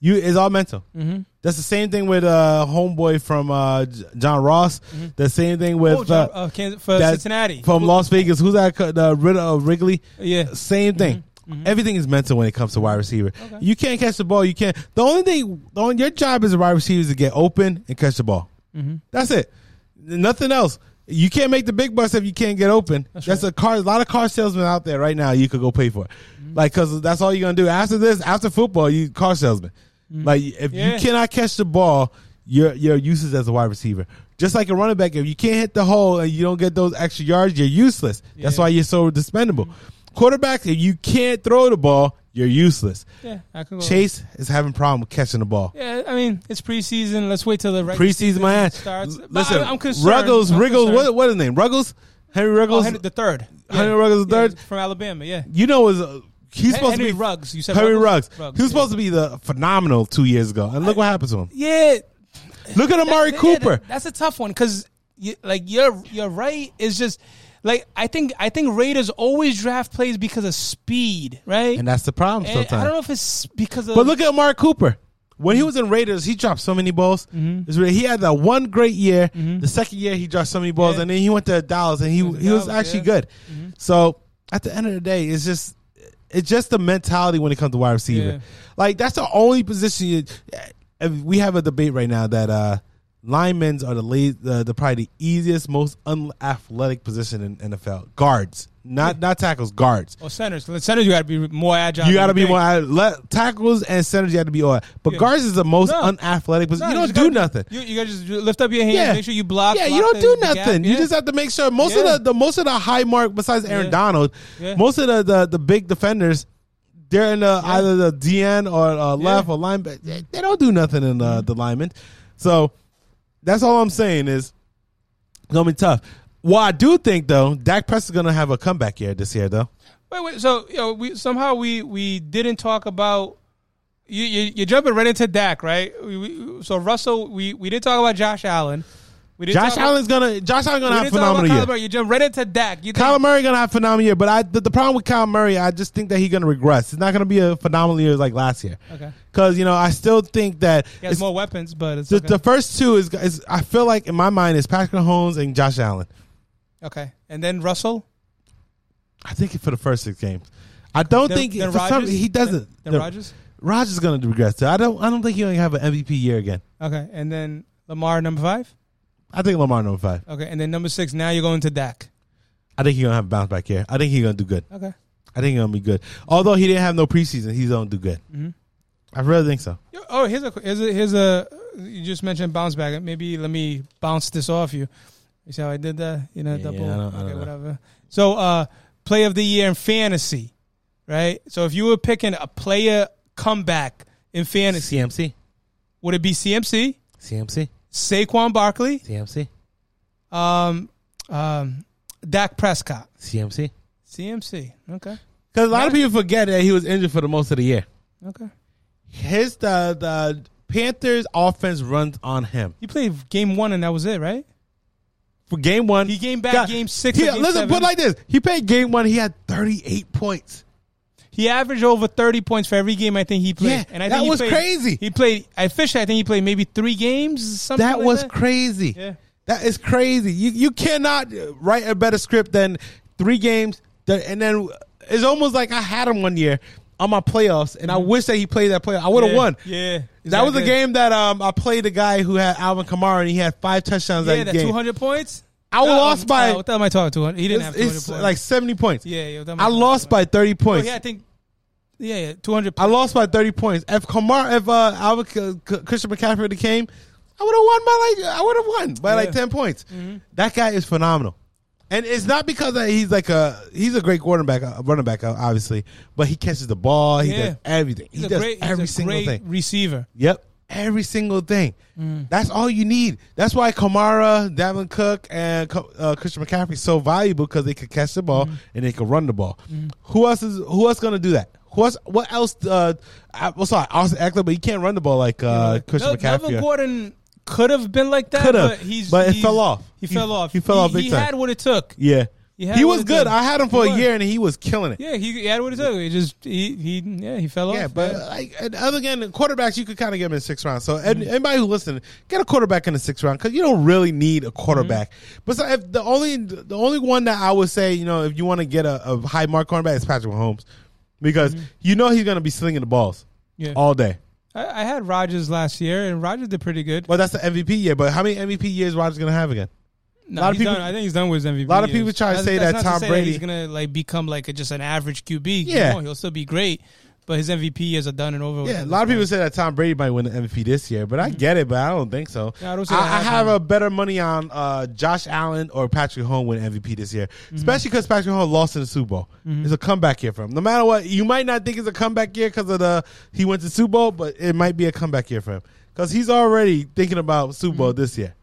Speaker 2: You is all mental. Mm-hmm. That's the same thing with uh homeboy from uh J- John Ross. The same thing with
Speaker 3: Oh, John-
Speaker 2: uh,
Speaker 3: uh, Kansas- for
Speaker 2: that-
Speaker 3: Cincinnati
Speaker 2: from Las Vegas. Who's that? co- The Ritter of Wrigley.
Speaker 3: Yeah. Mm-hmm.
Speaker 2: same thing. Everything is mental when it comes to wide receiver. You can't catch the ball. You can't. The only thing the only, your job as a wide receiver is to get open and catch the ball.
Speaker 3: Mm-hmm.
Speaker 2: That's it. Nothing else. You can't make the big bucks if you can't get open. That's, a car. A lot of car salesmen out there right now. You could go pay for it,
Speaker 3: Mm-hmm.
Speaker 2: like because that's all you're gonna do after this. After football, you car salesman. Like if
Speaker 3: Mm-hmm. Yeah.
Speaker 2: you cannot catch the ball, your your uses as a wide receiver. Just like a running back, if you can't hit the hole and you don't get those extra yards, you're useless. That's
Speaker 3: Yeah.
Speaker 2: why you're so dispendable. Quarterbacks, if you can't throw the ball, you're useless.
Speaker 3: Yeah, I can go.
Speaker 2: Chase is having problem with catching the ball.
Speaker 3: Yeah, I mean it's preseason. Let's wait till the regular
Speaker 2: Preseason, my ass.
Speaker 3: starts. But
Speaker 2: Listen,
Speaker 3: I, am concerned.
Speaker 2: Ruggles,
Speaker 3: I'm
Speaker 2: Wriggles,
Speaker 3: concerned.
Speaker 2: what, what his name? Ruggles, Henry
Speaker 3: Oh,
Speaker 2: Ruggles,
Speaker 3: Henry, the third.
Speaker 2: Henry Ruggs the
Speaker 3: Yeah,
Speaker 2: third?
Speaker 3: he's from Alabama. Yeah,
Speaker 2: you know is uh, he's supposed
Speaker 3: Henry
Speaker 2: to be
Speaker 3: Ruggs. You said
Speaker 2: Henry Ruggs.
Speaker 3: Ruggles?
Speaker 2: he was
Speaker 3: yeah.
Speaker 2: supposed to be the phenomenal two years ago, and look what happened
Speaker 3: [LAUGHS]
Speaker 2: to him.
Speaker 3: Yeah,
Speaker 2: Look at Amari
Speaker 3: yeah,
Speaker 2: Cooper.
Speaker 3: that- that's a tough one because like you're you're right. It's just like I think I think Raiders always draft plays because of speed, right?
Speaker 2: and that's the problem
Speaker 3: And
Speaker 2: sometimes.
Speaker 3: I don't know if it's because of
Speaker 2: But look at Amari Cooper. When he was in Raiders, he dropped so many balls.
Speaker 3: Mm-hmm.
Speaker 2: It's really- He had that one great year. The second year, he dropped so many balls,
Speaker 3: Yeah.
Speaker 2: and then he went to Dallas, and he
Speaker 3: was
Speaker 2: he was
Speaker 3: Dallas,
Speaker 2: actually
Speaker 3: yeah. Mm-hmm.
Speaker 2: good. So at the end of the day, it's just it's just the mentality when it comes to wide receiver.
Speaker 3: Yeah.
Speaker 2: Like that's the only position. You, and we have a debate right now that uh, linemen are the, la- the the probably the easiest, most unathletic position in NFL. Guards, not not tackles, guards.
Speaker 3: or Oh, centers. Centers, you got to be more agile.
Speaker 2: You
Speaker 3: than
Speaker 2: got to be
Speaker 3: think.
Speaker 2: more I- let, tackles and centers. You have to be all. But
Speaker 3: Yeah.
Speaker 2: guards is the most
Speaker 3: No.
Speaker 2: unathletic position.
Speaker 3: No,
Speaker 2: you
Speaker 3: just
Speaker 2: don't do
Speaker 3: gotta-
Speaker 2: nothing.
Speaker 3: You, you got to just lift up your hands.
Speaker 2: Yeah.
Speaker 3: Make sure you block.
Speaker 2: yeah, you
Speaker 3: block
Speaker 2: don't
Speaker 3: the-
Speaker 2: do
Speaker 3: the
Speaker 2: nothing.
Speaker 3: gap,
Speaker 2: You
Speaker 3: yeah.
Speaker 2: just have to make sure most
Speaker 3: Yeah.
Speaker 2: of the, the most of the high mark besides Aaron
Speaker 3: Yeah.
Speaker 2: Donald,
Speaker 3: Yeah.
Speaker 2: most of the, the the big defenders, they're in the, either the DN or uh, left
Speaker 3: Yeah.
Speaker 2: or linebacker. They, they don't do nothing in uh, the, the lineman. So that's all I'm saying is it's gonna be tough. Well, I do think though, Dak Prescott's gonna have a comeback year this year though.
Speaker 3: Wait, wait. So you know, we somehow we we didn't talk about. You, you, you're jumping right into Dak, right? We, we, so Russell, we, we didn't talk about Josh Allen. We didn't
Speaker 2: Josh
Speaker 3: talk about-
Speaker 2: Allen's gonna Josh Allen's
Speaker 3: we
Speaker 2: gonna have a
Speaker 3: didn't talk about
Speaker 2: phenomenal year.
Speaker 3: Kyler Murray. You jump right into Dak. You think,
Speaker 2: Kyler Murray gonna have a phenomenal year, but I the, the problem with Kyler Murray, I just think that he's gonna regress. It's not gonna be a phenomenal year like last year.
Speaker 3: Okay.
Speaker 2: Because you know, I still think that
Speaker 3: He has
Speaker 2: it's-
Speaker 3: more weapons, but it's
Speaker 2: the,
Speaker 3: okay.
Speaker 2: the first two is, is I feel like in my mind is Patrick Mahomes and Josh Allen.
Speaker 3: okay. And then Russell.
Speaker 2: I think for the first six games, I don't
Speaker 3: Then,
Speaker 2: think
Speaker 3: then
Speaker 2: for some-
Speaker 3: Rodgers.
Speaker 2: he doesn't.
Speaker 3: Then, then
Speaker 2: no,
Speaker 3: Rodgers.
Speaker 2: Rodgers is gonna regress. Too. I don't. I don't think he'll have an MVP year again.
Speaker 3: Okay. And then Lamar number five.
Speaker 2: I think Lamar number five.
Speaker 3: Okay. And then number six. Now you're going to Dak.
Speaker 2: I think he's gonna have a bounce back year. I think he's gonna do good.
Speaker 3: Okay.
Speaker 2: I think he's gonna be good. Although he didn't have no preseason, he's gonna do good.
Speaker 3: Mm-hmm.
Speaker 2: I really think so.
Speaker 3: Yo- Oh, here's a here's a here's a you just mentioned bounce back. Maybe let me bounce this off you. You see how I did that? You know,
Speaker 2: Yeah,
Speaker 3: double.
Speaker 2: yeah, I don't- I
Speaker 3: okay,
Speaker 2: don't know.
Speaker 3: whatever. So, uh, play of the year in fantasy, right? So, if you were picking a player comeback in fantasy,
Speaker 2: CMC,
Speaker 3: would it be CMC,
Speaker 2: CMC,
Speaker 3: Saquon Barkley,
Speaker 2: CMC,
Speaker 3: um, um, Dak Prescott,
Speaker 2: CMC.
Speaker 3: CMC? Okay,
Speaker 2: Because a lot of people forget that he was injured for the most of the year.
Speaker 3: okay.
Speaker 2: His the the Panthers offense runs on him
Speaker 3: He played game one and that was it, right?
Speaker 2: for game one.
Speaker 3: He came back game six
Speaker 2: He,
Speaker 3: or game
Speaker 2: listen,
Speaker 3: seven.
Speaker 2: put it like this: he played game one. He had thirty eight points.
Speaker 3: He averaged over thirty points for every game I think he played.
Speaker 2: Yeah,
Speaker 3: and I
Speaker 2: that
Speaker 3: think he
Speaker 2: was
Speaker 3: played-
Speaker 2: crazy.
Speaker 3: He played. I fish. I think he played maybe three games. Something
Speaker 2: That
Speaker 3: like
Speaker 2: was
Speaker 3: that.
Speaker 2: crazy.
Speaker 3: Yeah.
Speaker 2: That is crazy. You you cannot write a better script than three games. That, and then it's almost like I had him one year on my playoffs, and I wish that he played that playoff. I would have
Speaker 3: Mm-hmm. Yeah,
Speaker 2: won.
Speaker 3: Yeah,
Speaker 2: That was a
Speaker 3: Exactly.
Speaker 2: game that um I played a guy who had Alvin Kamara and he had five touchdowns
Speaker 3: Yeah,
Speaker 2: that
Speaker 3: that
Speaker 2: game.
Speaker 3: two hundred points.
Speaker 2: I lost by-
Speaker 3: what the hell am I talking? Two hundred. He didn't
Speaker 2: It's,
Speaker 3: have two hundred
Speaker 2: it's
Speaker 3: points.
Speaker 2: like seventy points.
Speaker 3: yeah, yeah. what the hell am
Speaker 2: I
Speaker 3: talking
Speaker 2: lost
Speaker 3: about?
Speaker 2: by thirty
Speaker 3: Oh,
Speaker 2: points.
Speaker 3: yeah, I think Yeah, yeah, two hundred.
Speaker 2: I lost by 30 points. If Kamar, if uh, Albert, Christian McCaffrey would've came, I would have won by like I would have won by like
Speaker 3: Yeah. Mm-hmm.
Speaker 2: 10 points. That guy is phenomenal. And it's not because that he's like a he's a great quarterback, uh, running back uh, obviously, but he catches the ball, he
Speaker 3: Yeah.
Speaker 2: does everything.
Speaker 3: He's
Speaker 2: he
Speaker 3: a
Speaker 2: does
Speaker 3: great,
Speaker 2: every
Speaker 3: he's a
Speaker 2: single
Speaker 3: great
Speaker 2: thing.
Speaker 3: receiver.
Speaker 2: Yep. Every single thing.
Speaker 3: Mm.
Speaker 2: That's all you need. That's why Kamara, Davin Cook, and Co- uh, Christian McCaffrey so valuable because they could catch the ball
Speaker 3: Mm.
Speaker 2: and they could run the ball. Who else is who else gonna do that? Who else? What else? Uh, I, well, sorry, Austin Eckler, but he can't run the ball like uh, Christian
Speaker 3: No,
Speaker 2: McCaffrey.
Speaker 3: Melvin Gordon could have been like that,
Speaker 2: Coulda,
Speaker 3: but he's
Speaker 2: but it
Speaker 3: he's-
Speaker 2: fell off.
Speaker 3: He
Speaker 2: He-
Speaker 3: fell off.
Speaker 2: he fell off big
Speaker 3: He
Speaker 2: time.
Speaker 3: had what it took.
Speaker 2: yeah,
Speaker 3: He
Speaker 2: he,
Speaker 3: had what
Speaker 2: was
Speaker 3: it
Speaker 2: good.
Speaker 3: took.
Speaker 2: I had him for
Speaker 3: He
Speaker 2: a
Speaker 3: was.
Speaker 2: year and he was killing it. Yeah,
Speaker 3: Yeah, he, he had what it took. He just he he yeah he fell off.
Speaker 2: but like and other than quarterbacks, you could kind of get him in six rounds. So and,
Speaker 3: Mm-hmm.
Speaker 2: anybody who listening, get a quarterback in the sixth round because you don't really need a quarterback.
Speaker 3: Mm-hmm.
Speaker 2: But so if the only the only one that I would say, you know, if you want to get a, a high mark quarterback is Patrick Mahomes because you know he's going to be slinging the balls
Speaker 3: Mm-hmm. Yeah.
Speaker 2: all day.
Speaker 3: I, I had Rogers last year, and Rogers did pretty good.
Speaker 2: Well, that's the MVP year. But how many MVP years Rodgers going to have again? a
Speaker 3: No,
Speaker 2: lot of
Speaker 3: he's
Speaker 2: people-
Speaker 3: done. I think he's done with his MVP.
Speaker 2: lot of people
Speaker 3: years.
Speaker 2: try to
Speaker 3: That's-
Speaker 2: say
Speaker 3: that's
Speaker 2: that
Speaker 3: not
Speaker 2: Tom
Speaker 3: say
Speaker 2: Brady-
Speaker 3: he's gonna like become like a, just an average QB.
Speaker 2: Yeah.
Speaker 3: No, he'll still be great, but his MVP years are done and over. with.
Speaker 2: Yeah, a lot of people say that Tom Brady might win the MVP this year, but I get it, but I don't think so.
Speaker 3: Mm-hmm. Yeah, I
Speaker 2: I,
Speaker 3: don't see
Speaker 2: I,
Speaker 3: that
Speaker 2: have
Speaker 3: happening.
Speaker 2: a better money on uh, Josh Allen or Patrick Mahomes win MVP this year,
Speaker 3: Mm-hmm.
Speaker 2: especially because Patrick Mahomes lost in the Super Bowl. It's a comeback year for him. No matter what, you might not think it's a comeback year because of the he went to Super Bowl, but it might be a comeback year for him because he's already thinking about Super
Speaker 3: Mm-hmm.
Speaker 2: Bowl this year.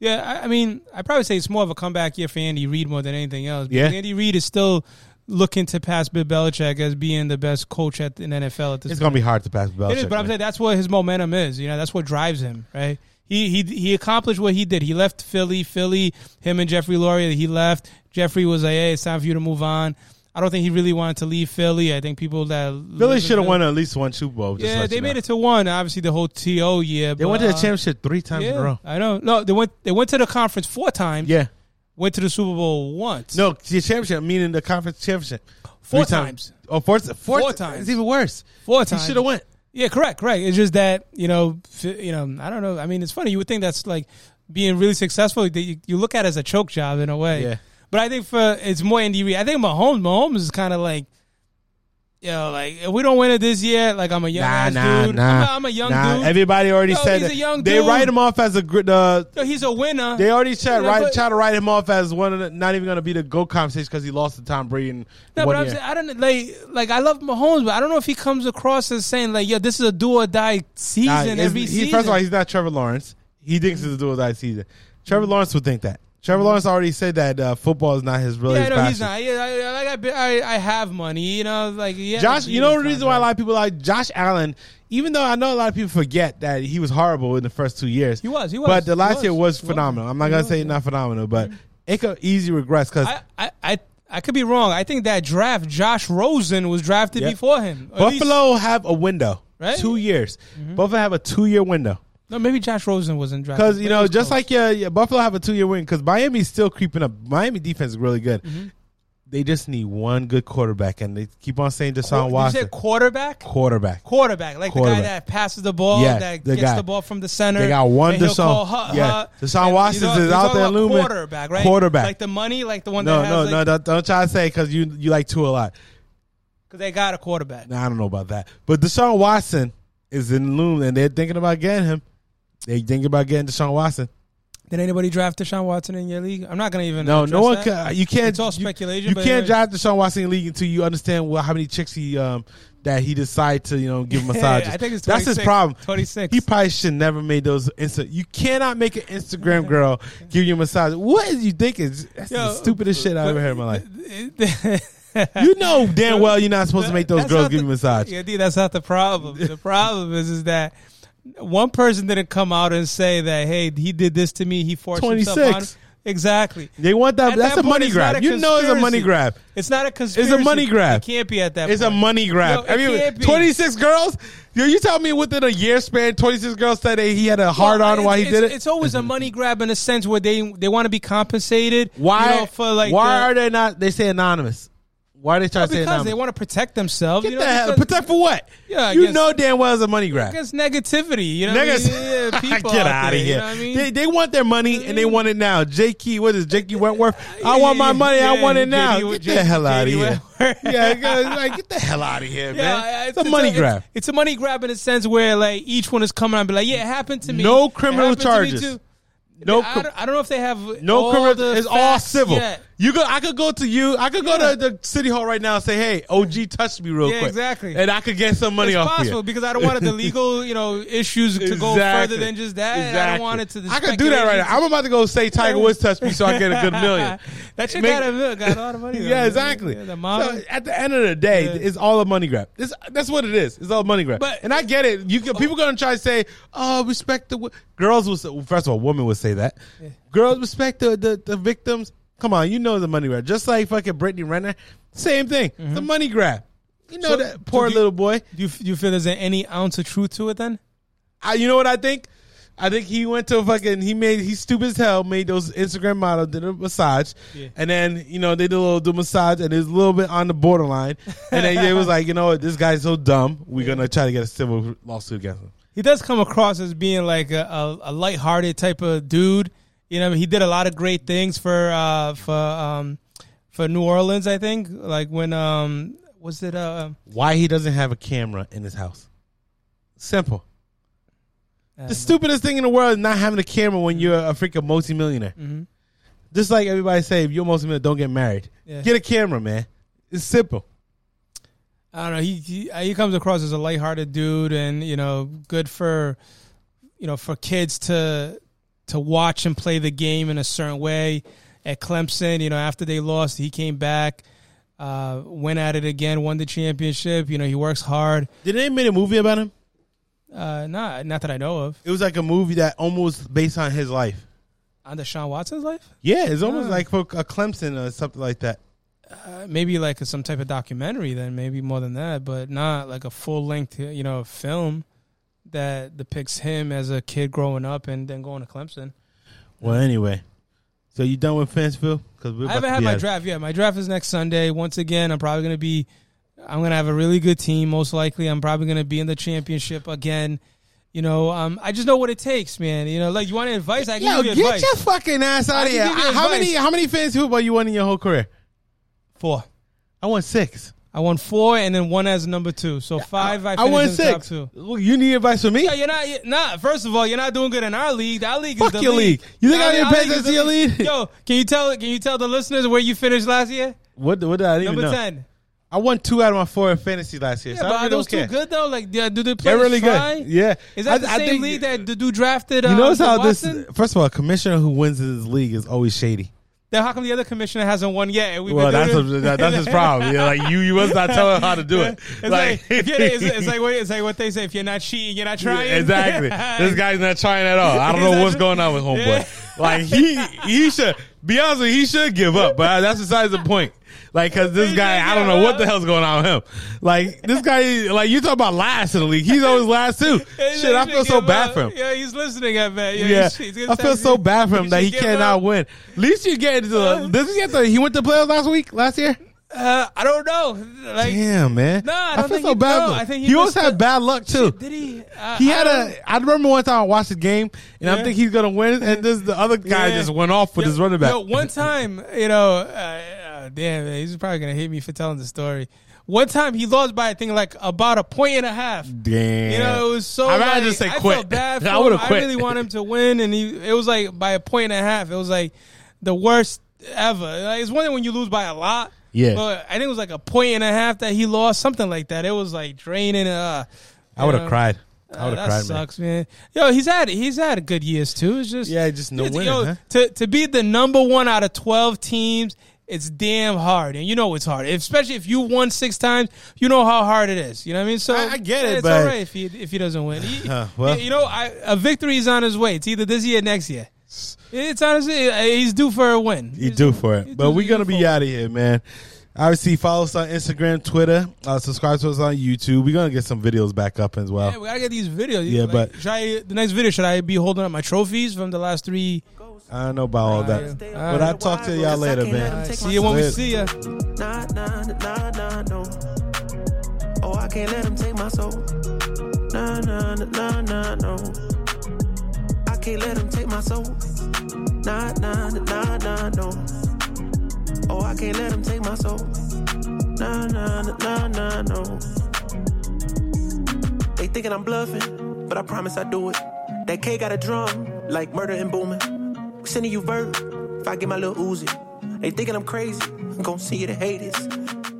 Speaker 3: Yeah, I, I mean, I probably say it's more of a comeback year for Andy Reid more than anything else. because
Speaker 2: Yeah.
Speaker 3: Andy Reid is still looking to pass Bill Belichick as being the best coach at in NFL at this.
Speaker 2: It's gonna be hard to pass Belichick.
Speaker 3: It is, but I'm
Speaker 2: man.
Speaker 3: saying that's what his momentum is. You know, that's what drives him, right? He he he accomplished what he did. He left Philly, Philly, him and Jeffrey Lurie. He left. Jeffrey was like, "Hey, it's time for you to move on." I don't think he really wanted to leave Philly. I think people that
Speaker 2: Philly should have won at least one Super Bowl. just
Speaker 3: Yeah,
Speaker 2: let
Speaker 3: they
Speaker 2: you
Speaker 3: made
Speaker 2: know.
Speaker 3: it to one. Obviously, the whole TO year.
Speaker 2: They went to the championship three times in a
Speaker 3: Yeah,
Speaker 2: row.
Speaker 3: I know. No, they went. They went to the conference four times.
Speaker 2: Yeah.
Speaker 3: went to the Super Bowl once.
Speaker 2: No, the championship, meaning the conference championship.
Speaker 3: Four
Speaker 2: Three
Speaker 3: times.
Speaker 2: Oh, four, four,
Speaker 3: Four times.
Speaker 2: times. It's even worse.
Speaker 3: Four
Speaker 2: He
Speaker 3: times.
Speaker 2: should have went.
Speaker 3: Yeah, correct, correct. It's just that you know, f- you know, I don't know. I mean, it's funny. You would think that's like being really successful. That you, you look at it as a choke job in a way.
Speaker 2: Yeah.
Speaker 3: But I think for it's more Andy Reid. I think Mahomes, Mahomes is kind of like, you know, like if we don't win it this year, like I'm a young ass dude. I'm, a, I'm a young
Speaker 2: nah.
Speaker 3: dude.
Speaker 2: Everybody already
Speaker 3: Yo,
Speaker 2: said
Speaker 3: he's
Speaker 2: that.
Speaker 3: a young
Speaker 2: they
Speaker 3: dude.
Speaker 2: write him off as a gr- uh,
Speaker 3: So he's a winner.
Speaker 2: they already tried,
Speaker 3: Yeah,
Speaker 2: write,
Speaker 3: but-
Speaker 2: try to write him off as one of the, not even going to be the go conversation because he lost to Tom Brady. In
Speaker 3: No,
Speaker 2: one
Speaker 3: but I'm
Speaker 2: year.
Speaker 3: saying, I don't like like I love Mahomes, but I don't know if he comes across as saying like, "Yo, this is a do or die season
Speaker 2: Nah, it's-
Speaker 3: every
Speaker 2: he-
Speaker 3: season."
Speaker 2: First of all, he's not Trevor Lawrence. He thinks it's a dual die season. Trevor Lawrence would think that. Trevor Lawrence already said that uh, football is not his really
Speaker 3: yeah,
Speaker 2: his
Speaker 3: no,
Speaker 2: passion.
Speaker 3: he's not. Yeah, I, I- like I, be- I, I have money, you know, like yeah.
Speaker 2: Josh, you know the reason why a
Speaker 3: I
Speaker 2: lot of people like Josh Allen, even though I know a lot of people forget that he was horrible in the first two years.
Speaker 3: He was, he was,
Speaker 2: But the
Speaker 3: he
Speaker 2: last
Speaker 3: was,
Speaker 2: year was
Speaker 3: he was. Mm-hmm.
Speaker 2: phenomenal. I'm not gonna say not phenomenal, but it could easy regress because
Speaker 3: I, I, I, I could be wrong. I think that draft, Josh Rosen was drafted
Speaker 2: Yep.
Speaker 3: before him. Or at least-
Speaker 2: Buffalo have a window,
Speaker 3: Right? Mm-hmm.
Speaker 2: Two years. Buffalo have a two year window
Speaker 3: no, maybe Josh Rosen wasn't drafted
Speaker 2: because you
Speaker 3: but he
Speaker 2: know
Speaker 3: was
Speaker 2: just
Speaker 3: close.
Speaker 2: like yeah, yeah, Buffalo have a two year win because Miami's still creeping up. Miami defense is really good.
Speaker 3: Mm-hmm.
Speaker 2: They just need one good quarterback, and they keep on saying Deshaun
Speaker 3: Did you say
Speaker 2: Watson
Speaker 3: quarterback.
Speaker 2: quarterback.
Speaker 3: Quarterback, like the
Speaker 2: Quarterback.
Speaker 3: guy that passes the ball,
Speaker 2: Yeah,
Speaker 3: that
Speaker 2: the
Speaker 3: gets
Speaker 2: guy.
Speaker 3: the ball from the center.
Speaker 2: They got one
Speaker 3: and he'll
Speaker 2: Deshaun.
Speaker 3: call hut,
Speaker 2: Yeah.
Speaker 3: hut.
Speaker 2: Deshaun
Speaker 3: And, you
Speaker 2: Watsons
Speaker 3: know,
Speaker 2: is
Speaker 3: you're
Speaker 2: out
Speaker 3: talking
Speaker 2: there
Speaker 3: about
Speaker 2: looming.
Speaker 3: Quarterback, right?
Speaker 2: Quarterback.
Speaker 3: like the money, like the one
Speaker 2: No,
Speaker 3: that has
Speaker 2: no,
Speaker 3: like,
Speaker 2: no, don't, don't try to say because you you like two a lot.
Speaker 3: 'cause they got a quarterback.
Speaker 2: Nah, I don't know about that. But Deshaun Watson is in loom, and they're thinking about getting him. They thinking about getting Deshaun Watson.
Speaker 3: Did anybody draft Deshaun Watson in your league? I'm not gonna even
Speaker 2: No, no
Speaker 3: address
Speaker 2: one
Speaker 3: that.
Speaker 2: can. You can't.
Speaker 3: It's all
Speaker 2: you-
Speaker 3: speculation,
Speaker 2: You,
Speaker 3: but
Speaker 2: can't
Speaker 3: anyways.
Speaker 2: draft Deshaun Watson in the league until you understand well, how many chicks he um that he decide to you know
Speaker 3: [LAUGHS]
Speaker 2: give massages.
Speaker 3: I think it's
Speaker 2: that's his
Speaker 3: 26.
Speaker 2: problem.
Speaker 3: 26.
Speaker 2: He probably should never made those instant. You cannot make an Instagram girl give you a massage. What is you thinking? That's
Speaker 3: Yo,
Speaker 2: the stupidest shit I ever heard in my life.
Speaker 3: [LAUGHS] you
Speaker 2: You know damn well you're not supposed to make those girls give you a massage.
Speaker 3: Yeah, dude, that's not the
Speaker 2: [LAUGHS]
Speaker 3: problem. The problem is, is that one person didn't come out and say that, hey, he did this to me. He forced himself
Speaker 2: 26.
Speaker 3: on. Exactly.
Speaker 2: They want that.
Speaker 3: At
Speaker 2: that's
Speaker 3: that
Speaker 2: a
Speaker 3: point,
Speaker 2: money
Speaker 3: it's
Speaker 2: grab.
Speaker 3: not a
Speaker 2: you know, it's a money
Speaker 3: conspiracy.
Speaker 2: grab.
Speaker 3: It's not a conspiracy.
Speaker 2: money grab.
Speaker 3: It can't be at that.
Speaker 2: It's a
Speaker 3: point.
Speaker 2: money grab.
Speaker 3: Yo, it
Speaker 2: I mean,
Speaker 3: can't be.
Speaker 2: 26 girls? Yo, you tell me within a year span, 26 girls said that he had a hard
Speaker 3: Well,
Speaker 2: on while he
Speaker 3: it's-
Speaker 2: did it?
Speaker 3: It's always a money grab in a sense where they they want to be compensated.
Speaker 2: why
Speaker 3: you know, for like
Speaker 2: why
Speaker 3: the-
Speaker 2: are they not? They say anonymous. Why they try to say that?
Speaker 3: because they want to protect themselves.
Speaker 2: Get
Speaker 3: you
Speaker 2: the
Speaker 3: know,
Speaker 2: hell
Speaker 3: because-
Speaker 2: protect for what?
Speaker 3: Yeah, I
Speaker 2: you
Speaker 3: guess-
Speaker 2: know damn well it's a money grab.
Speaker 3: because negativity. You know, what I
Speaker 2: Niggas,
Speaker 3: mean? Yeah,
Speaker 2: [LAUGHS]
Speaker 3: people
Speaker 2: get
Speaker 3: out
Speaker 2: out of
Speaker 3: there,
Speaker 2: here.
Speaker 3: You know what I mean?
Speaker 2: they, they want their money and they want it now. Jakey, what is it, Jakey Wentworth? I want my money. I
Speaker 3: Yeah,
Speaker 2: want it
Speaker 3: JD
Speaker 2: now. Get
Speaker 3: with J-
Speaker 2: the hell out of
Speaker 3: JD
Speaker 2: here.
Speaker 3: Wentworth.
Speaker 2: yeah, guys, like, get the hell out of
Speaker 3: [LAUGHS]
Speaker 2: here,
Speaker 3: I- I-
Speaker 2: man. It's, a money grab.
Speaker 3: It's, it's a money grab in a sense where like each one is coming out and be like, yeah, it happened to me.
Speaker 2: No
Speaker 3: It
Speaker 2: criminal
Speaker 3: happened to me
Speaker 2: charges.
Speaker 3: too.
Speaker 2: No,
Speaker 3: I,
Speaker 2: cr-
Speaker 3: don't, I don't know if they have
Speaker 2: no
Speaker 3: all
Speaker 2: criminal.
Speaker 3: the
Speaker 2: It's all
Speaker 3: facts
Speaker 2: civil.
Speaker 3: yet.
Speaker 2: You go. I could go to you. I could go to the city hall right now and say, "Hey, OG touched me real
Speaker 3: Yeah,
Speaker 2: quick,"
Speaker 3: exactly.
Speaker 2: and I could get some money
Speaker 3: It's
Speaker 2: off of you.
Speaker 3: possible because I
Speaker 2: [LAUGHS]
Speaker 3: don't want the legal, you know, issues to go further
Speaker 2: Exactly.
Speaker 3: than just that. and I don't want it to. The
Speaker 2: I could do that right now. I'm about to go say Tiger Woods touched me, so I get a
Speaker 3: [LAUGHS]
Speaker 2: good million.
Speaker 3: that shit
Speaker 2: Make-
Speaker 3: got a look, got all
Speaker 2: [LAUGHS]
Speaker 3: the money.
Speaker 2: Yeah, exactly.
Speaker 3: Yeah, the mom.
Speaker 2: So at the end of the day,
Speaker 3: Yeah.
Speaker 2: it's all a money grab. It's, that's what it is. It's all a money grab.
Speaker 3: But-
Speaker 2: and I get it. You can, people going to try to say, "Oh, respect the wo-" girls." Will say, well, first of all, women would say that. Girls respect the, the the victims. Come on, you know the money grab. Just like fucking Brittany Renner, same thing. The money grab. You know
Speaker 3: Mm-hmm. So- so
Speaker 2: that poor
Speaker 3: do you-
Speaker 2: little boy.
Speaker 3: do you, you feel there's any ounce of truth to it? Then
Speaker 2: I, you know what I think? I think he went to a fucking. He made he stupid as hell. Made those Instagram model did a massage,
Speaker 3: Yeah.
Speaker 2: and then you know they did a little do massage, and it was a little bit on the borderline. And then they was like, you know what, this guy's so dumb. We're gonna try to get a civil lawsuit against him.
Speaker 3: he does come across as being like a, a, a lighthearted type of dude. You know, he did a lot of great things for uh, for um, for New Orleans. I think like when um, was it uh,
Speaker 2: Why he doesn't have a camera in his house? Simple.
Speaker 3: uh,
Speaker 2: The stupidest thing in the world is not having a camera
Speaker 3: Mm-hmm.
Speaker 2: when you're a freaking multimillionaire. Just like everybody say, if you're a multimillionaire, don't get married.
Speaker 3: Yeah.
Speaker 2: Get a camera, man. It's simple.
Speaker 3: I don't know. He, he uh, he comes across as a lighthearted dude, and you know, good for you know for kids to to watch and play the game in a certain way. At Clemson, you know, after they lost, he came back, uh, went at it again, won the championship. You know, he works hard.
Speaker 2: Did they make a movie about him?
Speaker 3: Uh, not not that I know of.
Speaker 2: It was like a movie that almost based on his life.
Speaker 3: On Deshaun Watson's life,
Speaker 2: Yeah, it's almost
Speaker 3: Ah.
Speaker 2: like for a Clemson or something like that.
Speaker 3: uh, maybe like some type of documentary, then maybe more than that, but not like a full length, you know, film that depicts him as a kid growing up and then going to Clemson.
Speaker 2: Well, anyway, so you done with Fansville? Because we
Speaker 3: I haven't had my draft yet. My draft is next Sunday. Once again, I'm probably going to be. I'm going to have a really good team. Most likely, I'm probably going to be in the championship again. You know, um, I just know what it takes, man. You know, like you want advice, I can
Speaker 2: Yo,
Speaker 3: give
Speaker 2: get
Speaker 3: you advice.
Speaker 2: your fucking ass out
Speaker 3: I
Speaker 2: of
Speaker 3: can
Speaker 2: here!
Speaker 3: give you
Speaker 2: I- How
Speaker 3: advice.
Speaker 2: many how many fans football you won in your whole career?
Speaker 3: four.
Speaker 2: I won six.
Speaker 3: I won four, and then one as number two. So five. I,
Speaker 2: I won
Speaker 3: finished in the top
Speaker 2: six.
Speaker 3: two.
Speaker 2: Look, you need advice from me?
Speaker 3: Yeah, you're not. You're not. First of all, you're not doing good in our league. Our league
Speaker 2: Fuck
Speaker 3: is the
Speaker 2: your league.
Speaker 3: league.
Speaker 2: You think
Speaker 3: Our
Speaker 2: I didn't
Speaker 3: our
Speaker 2: pay
Speaker 3: league
Speaker 2: attention
Speaker 3: is the
Speaker 2: to your league?
Speaker 3: Yo, can you tell? Can you tell the listeners where you finished last year?
Speaker 2: What what did I even
Speaker 3: Number
Speaker 2: know?
Speaker 3: ten.
Speaker 2: I won two out of my four in fantasy last year.
Speaker 3: Yeah,
Speaker 2: so
Speaker 3: but
Speaker 2: I
Speaker 3: are
Speaker 2: really
Speaker 3: those
Speaker 2: don't care.
Speaker 3: two good though? Like, yeah, do they play?
Speaker 2: They're really
Speaker 3: fly?
Speaker 2: good. Yeah.
Speaker 3: Is that
Speaker 2: I-
Speaker 3: the
Speaker 2: I
Speaker 3: same
Speaker 2: think-
Speaker 3: league that the dude drafted? Uh,
Speaker 2: You notice how
Speaker 3: Watson?
Speaker 2: this? First of all, a commissioner who wins this league is always shady.
Speaker 3: Then how come the other commissioner hasn't won yet? And we've [LAUGHS]
Speaker 2: Well,
Speaker 3: been
Speaker 2: that's
Speaker 3: doing
Speaker 2: a, that, that's his problem. Yeah, like you, you must not tell him how to do it. [LAUGHS]
Speaker 3: It's like, if you're, it's, it's like what it's like what they say: if you're not cheating, you're not trying. [LAUGHS]
Speaker 2: exactly. This guy's not trying at all. I don't know what's going on with homeboy. Like he, he should be honest. With you, he should give up, but that's besides the point. Like, cause this guy, I don't know what the hell's going on with him. Like this guy, like you talk about last in the league. He's always last
Speaker 3: [LAUGHS]
Speaker 2: too.
Speaker 3: He's
Speaker 2: Shit, I
Speaker 3: like,
Speaker 2: feel so
Speaker 3: give
Speaker 2: bad
Speaker 3: up.
Speaker 2: for him.
Speaker 3: Yeah, he's listening. I bet. Yeah,
Speaker 2: Yeah,
Speaker 3: he's- he's gonna
Speaker 2: I feel
Speaker 3: text
Speaker 2: so
Speaker 3: you.
Speaker 2: bad for him that he
Speaker 3: should give
Speaker 2: cannot
Speaker 3: up.
Speaker 2: win. At least you get into
Speaker 3: [LAUGHS]
Speaker 2: the. This is get the. He went to playoffs last week, last year.
Speaker 3: Uh, I don't know. Like,
Speaker 2: Damn, man.
Speaker 3: No, I
Speaker 2: I, feel
Speaker 3: don't think
Speaker 2: so
Speaker 3: he-
Speaker 2: bad.
Speaker 3: no,
Speaker 2: for him.
Speaker 3: I think
Speaker 2: he,
Speaker 3: he
Speaker 2: always
Speaker 3: missed
Speaker 2: had
Speaker 3: the-
Speaker 2: bad luck too.
Speaker 3: did he? Uh,
Speaker 2: He
Speaker 3: I
Speaker 2: had
Speaker 3: don't-
Speaker 2: a. I remember one time I watched the game, and I'm
Speaker 3: Yeah.
Speaker 2: thinking he's gonna win, and this the other guy
Speaker 3: Yeah.
Speaker 2: just went off with
Speaker 3: Yo-
Speaker 2: his running back.
Speaker 3: yo, one time, you know, uh, uh, damn, man, he's probably gonna hate me for telling the story. One time he lost by I think like about a point and a half.
Speaker 2: Damn,
Speaker 3: You know, it was so.
Speaker 2: I'd rather
Speaker 3: like,
Speaker 2: just say
Speaker 3: I
Speaker 2: quit.
Speaker 3: Felt bad
Speaker 2: [LAUGHS]
Speaker 3: for
Speaker 2: I would
Speaker 3: him.
Speaker 2: have quit.
Speaker 3: I really
Speaker 2: [LAUGHS]
Speaker 3: want him to win, and he. It was like by a point and a half. It was like the worst ever. Like, it's one thing when you lose by a lot.
Speaker 2: Yeah.
Speaker 3: but I think it was like a point and a half that he lost, something like that. It was like draining. Uh,
Speaker 2: I would have
Speaker 3: Yeah.
Speaker 2: cried. I
Speaker 3: uh,
Speaker 2: would
Speaker 3: that
Speaker 2: have cried, man.
Speaker 3: sucks, man. Yo, he's had he's had good years too. It's just
Speaker 2: Yeah, just no
Speaker 3: It's-
Speaker 2: winning, huh?
Speaker 3: to to be the number one out of twelve teams, it's damn hard, and you know it's hard, especially if you won six times. You know how hard it is. You know what I mean? So
Speaker 2: I- I get it,
Speaker 3: it's
Speaker 2: but-
Speaker 3: all right if he if he doesn't win. He-
Speaker 2: Huh, well.
Speaker 3: you know, I, a victory is on his way. It's either this year, or next year. It's honestly uh, he's due for a win.
Speaker 2: You do for it,
Speaker 3: you
Speaker 2: but
Speaker 3: do-
Speaker 2: we're
Speaker 3: you
Speaker 2: gonna
Speaker 3: do
Speaker 2: be
Speaker 3: for it.
Speaker 2: out of here, man. Obviously, follow us on Instagram, Twitter, uh, subscribe to us on YouTube. We're gonna get some videos back up as well.
Speaker 3: Yeah, we gotta get these videos.
Speaker 2: Yeah,
Speaker 3: Like,
Speaker 2: but-
Speaker 3: should I, the next video should I be holding up my trophies from the last three?
Speaker 2: I don't know about all that,
Speaker 3: Alright.
Speaker 2: but I'll talk to y'all later, man.
Speaker 3: See you when we see you.
Speaker 1: Nah, nah, nah, nah, no. Oh, I can't let him take my soul. Nah, nah, nah, nah, no. I can't let him take my soul. Nah, nah, nah, nah, no. Oh, I can't let him take my soul. Nah, nah, nah, nah, no. They thinking I'm bluffing, but I promise I do it. That K got a drum, like murder and booming. Sending you verb if I get my little Uzi. They thinking I'm crazy, I'm gon' see you the haters.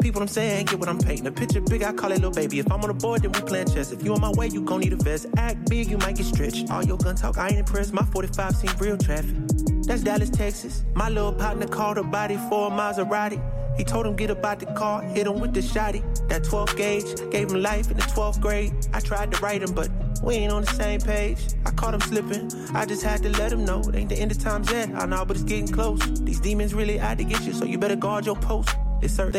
Speaker 1: People I'm saying get what I'm painting. A picture big, I call it little baby. If I'm on the board, then we playing chess. If you on my way, you gon' need a vest. Act big, you might get stretched. All your gun talk, I ain't impressed. My 45 seen real traffic. That's Dallas, Texas. My little partner called a body for a Maserati. He told him get about the car, hit him with the shotty. That 12 gauge gave him life in the 12th grade. I tried to write him, but we ain't on the same page. I caught him slipping, I just had to let him know. It ain't the end of times yet, I know, but it's getting close. These demons really out to get you, so you better guard your post. It's certain things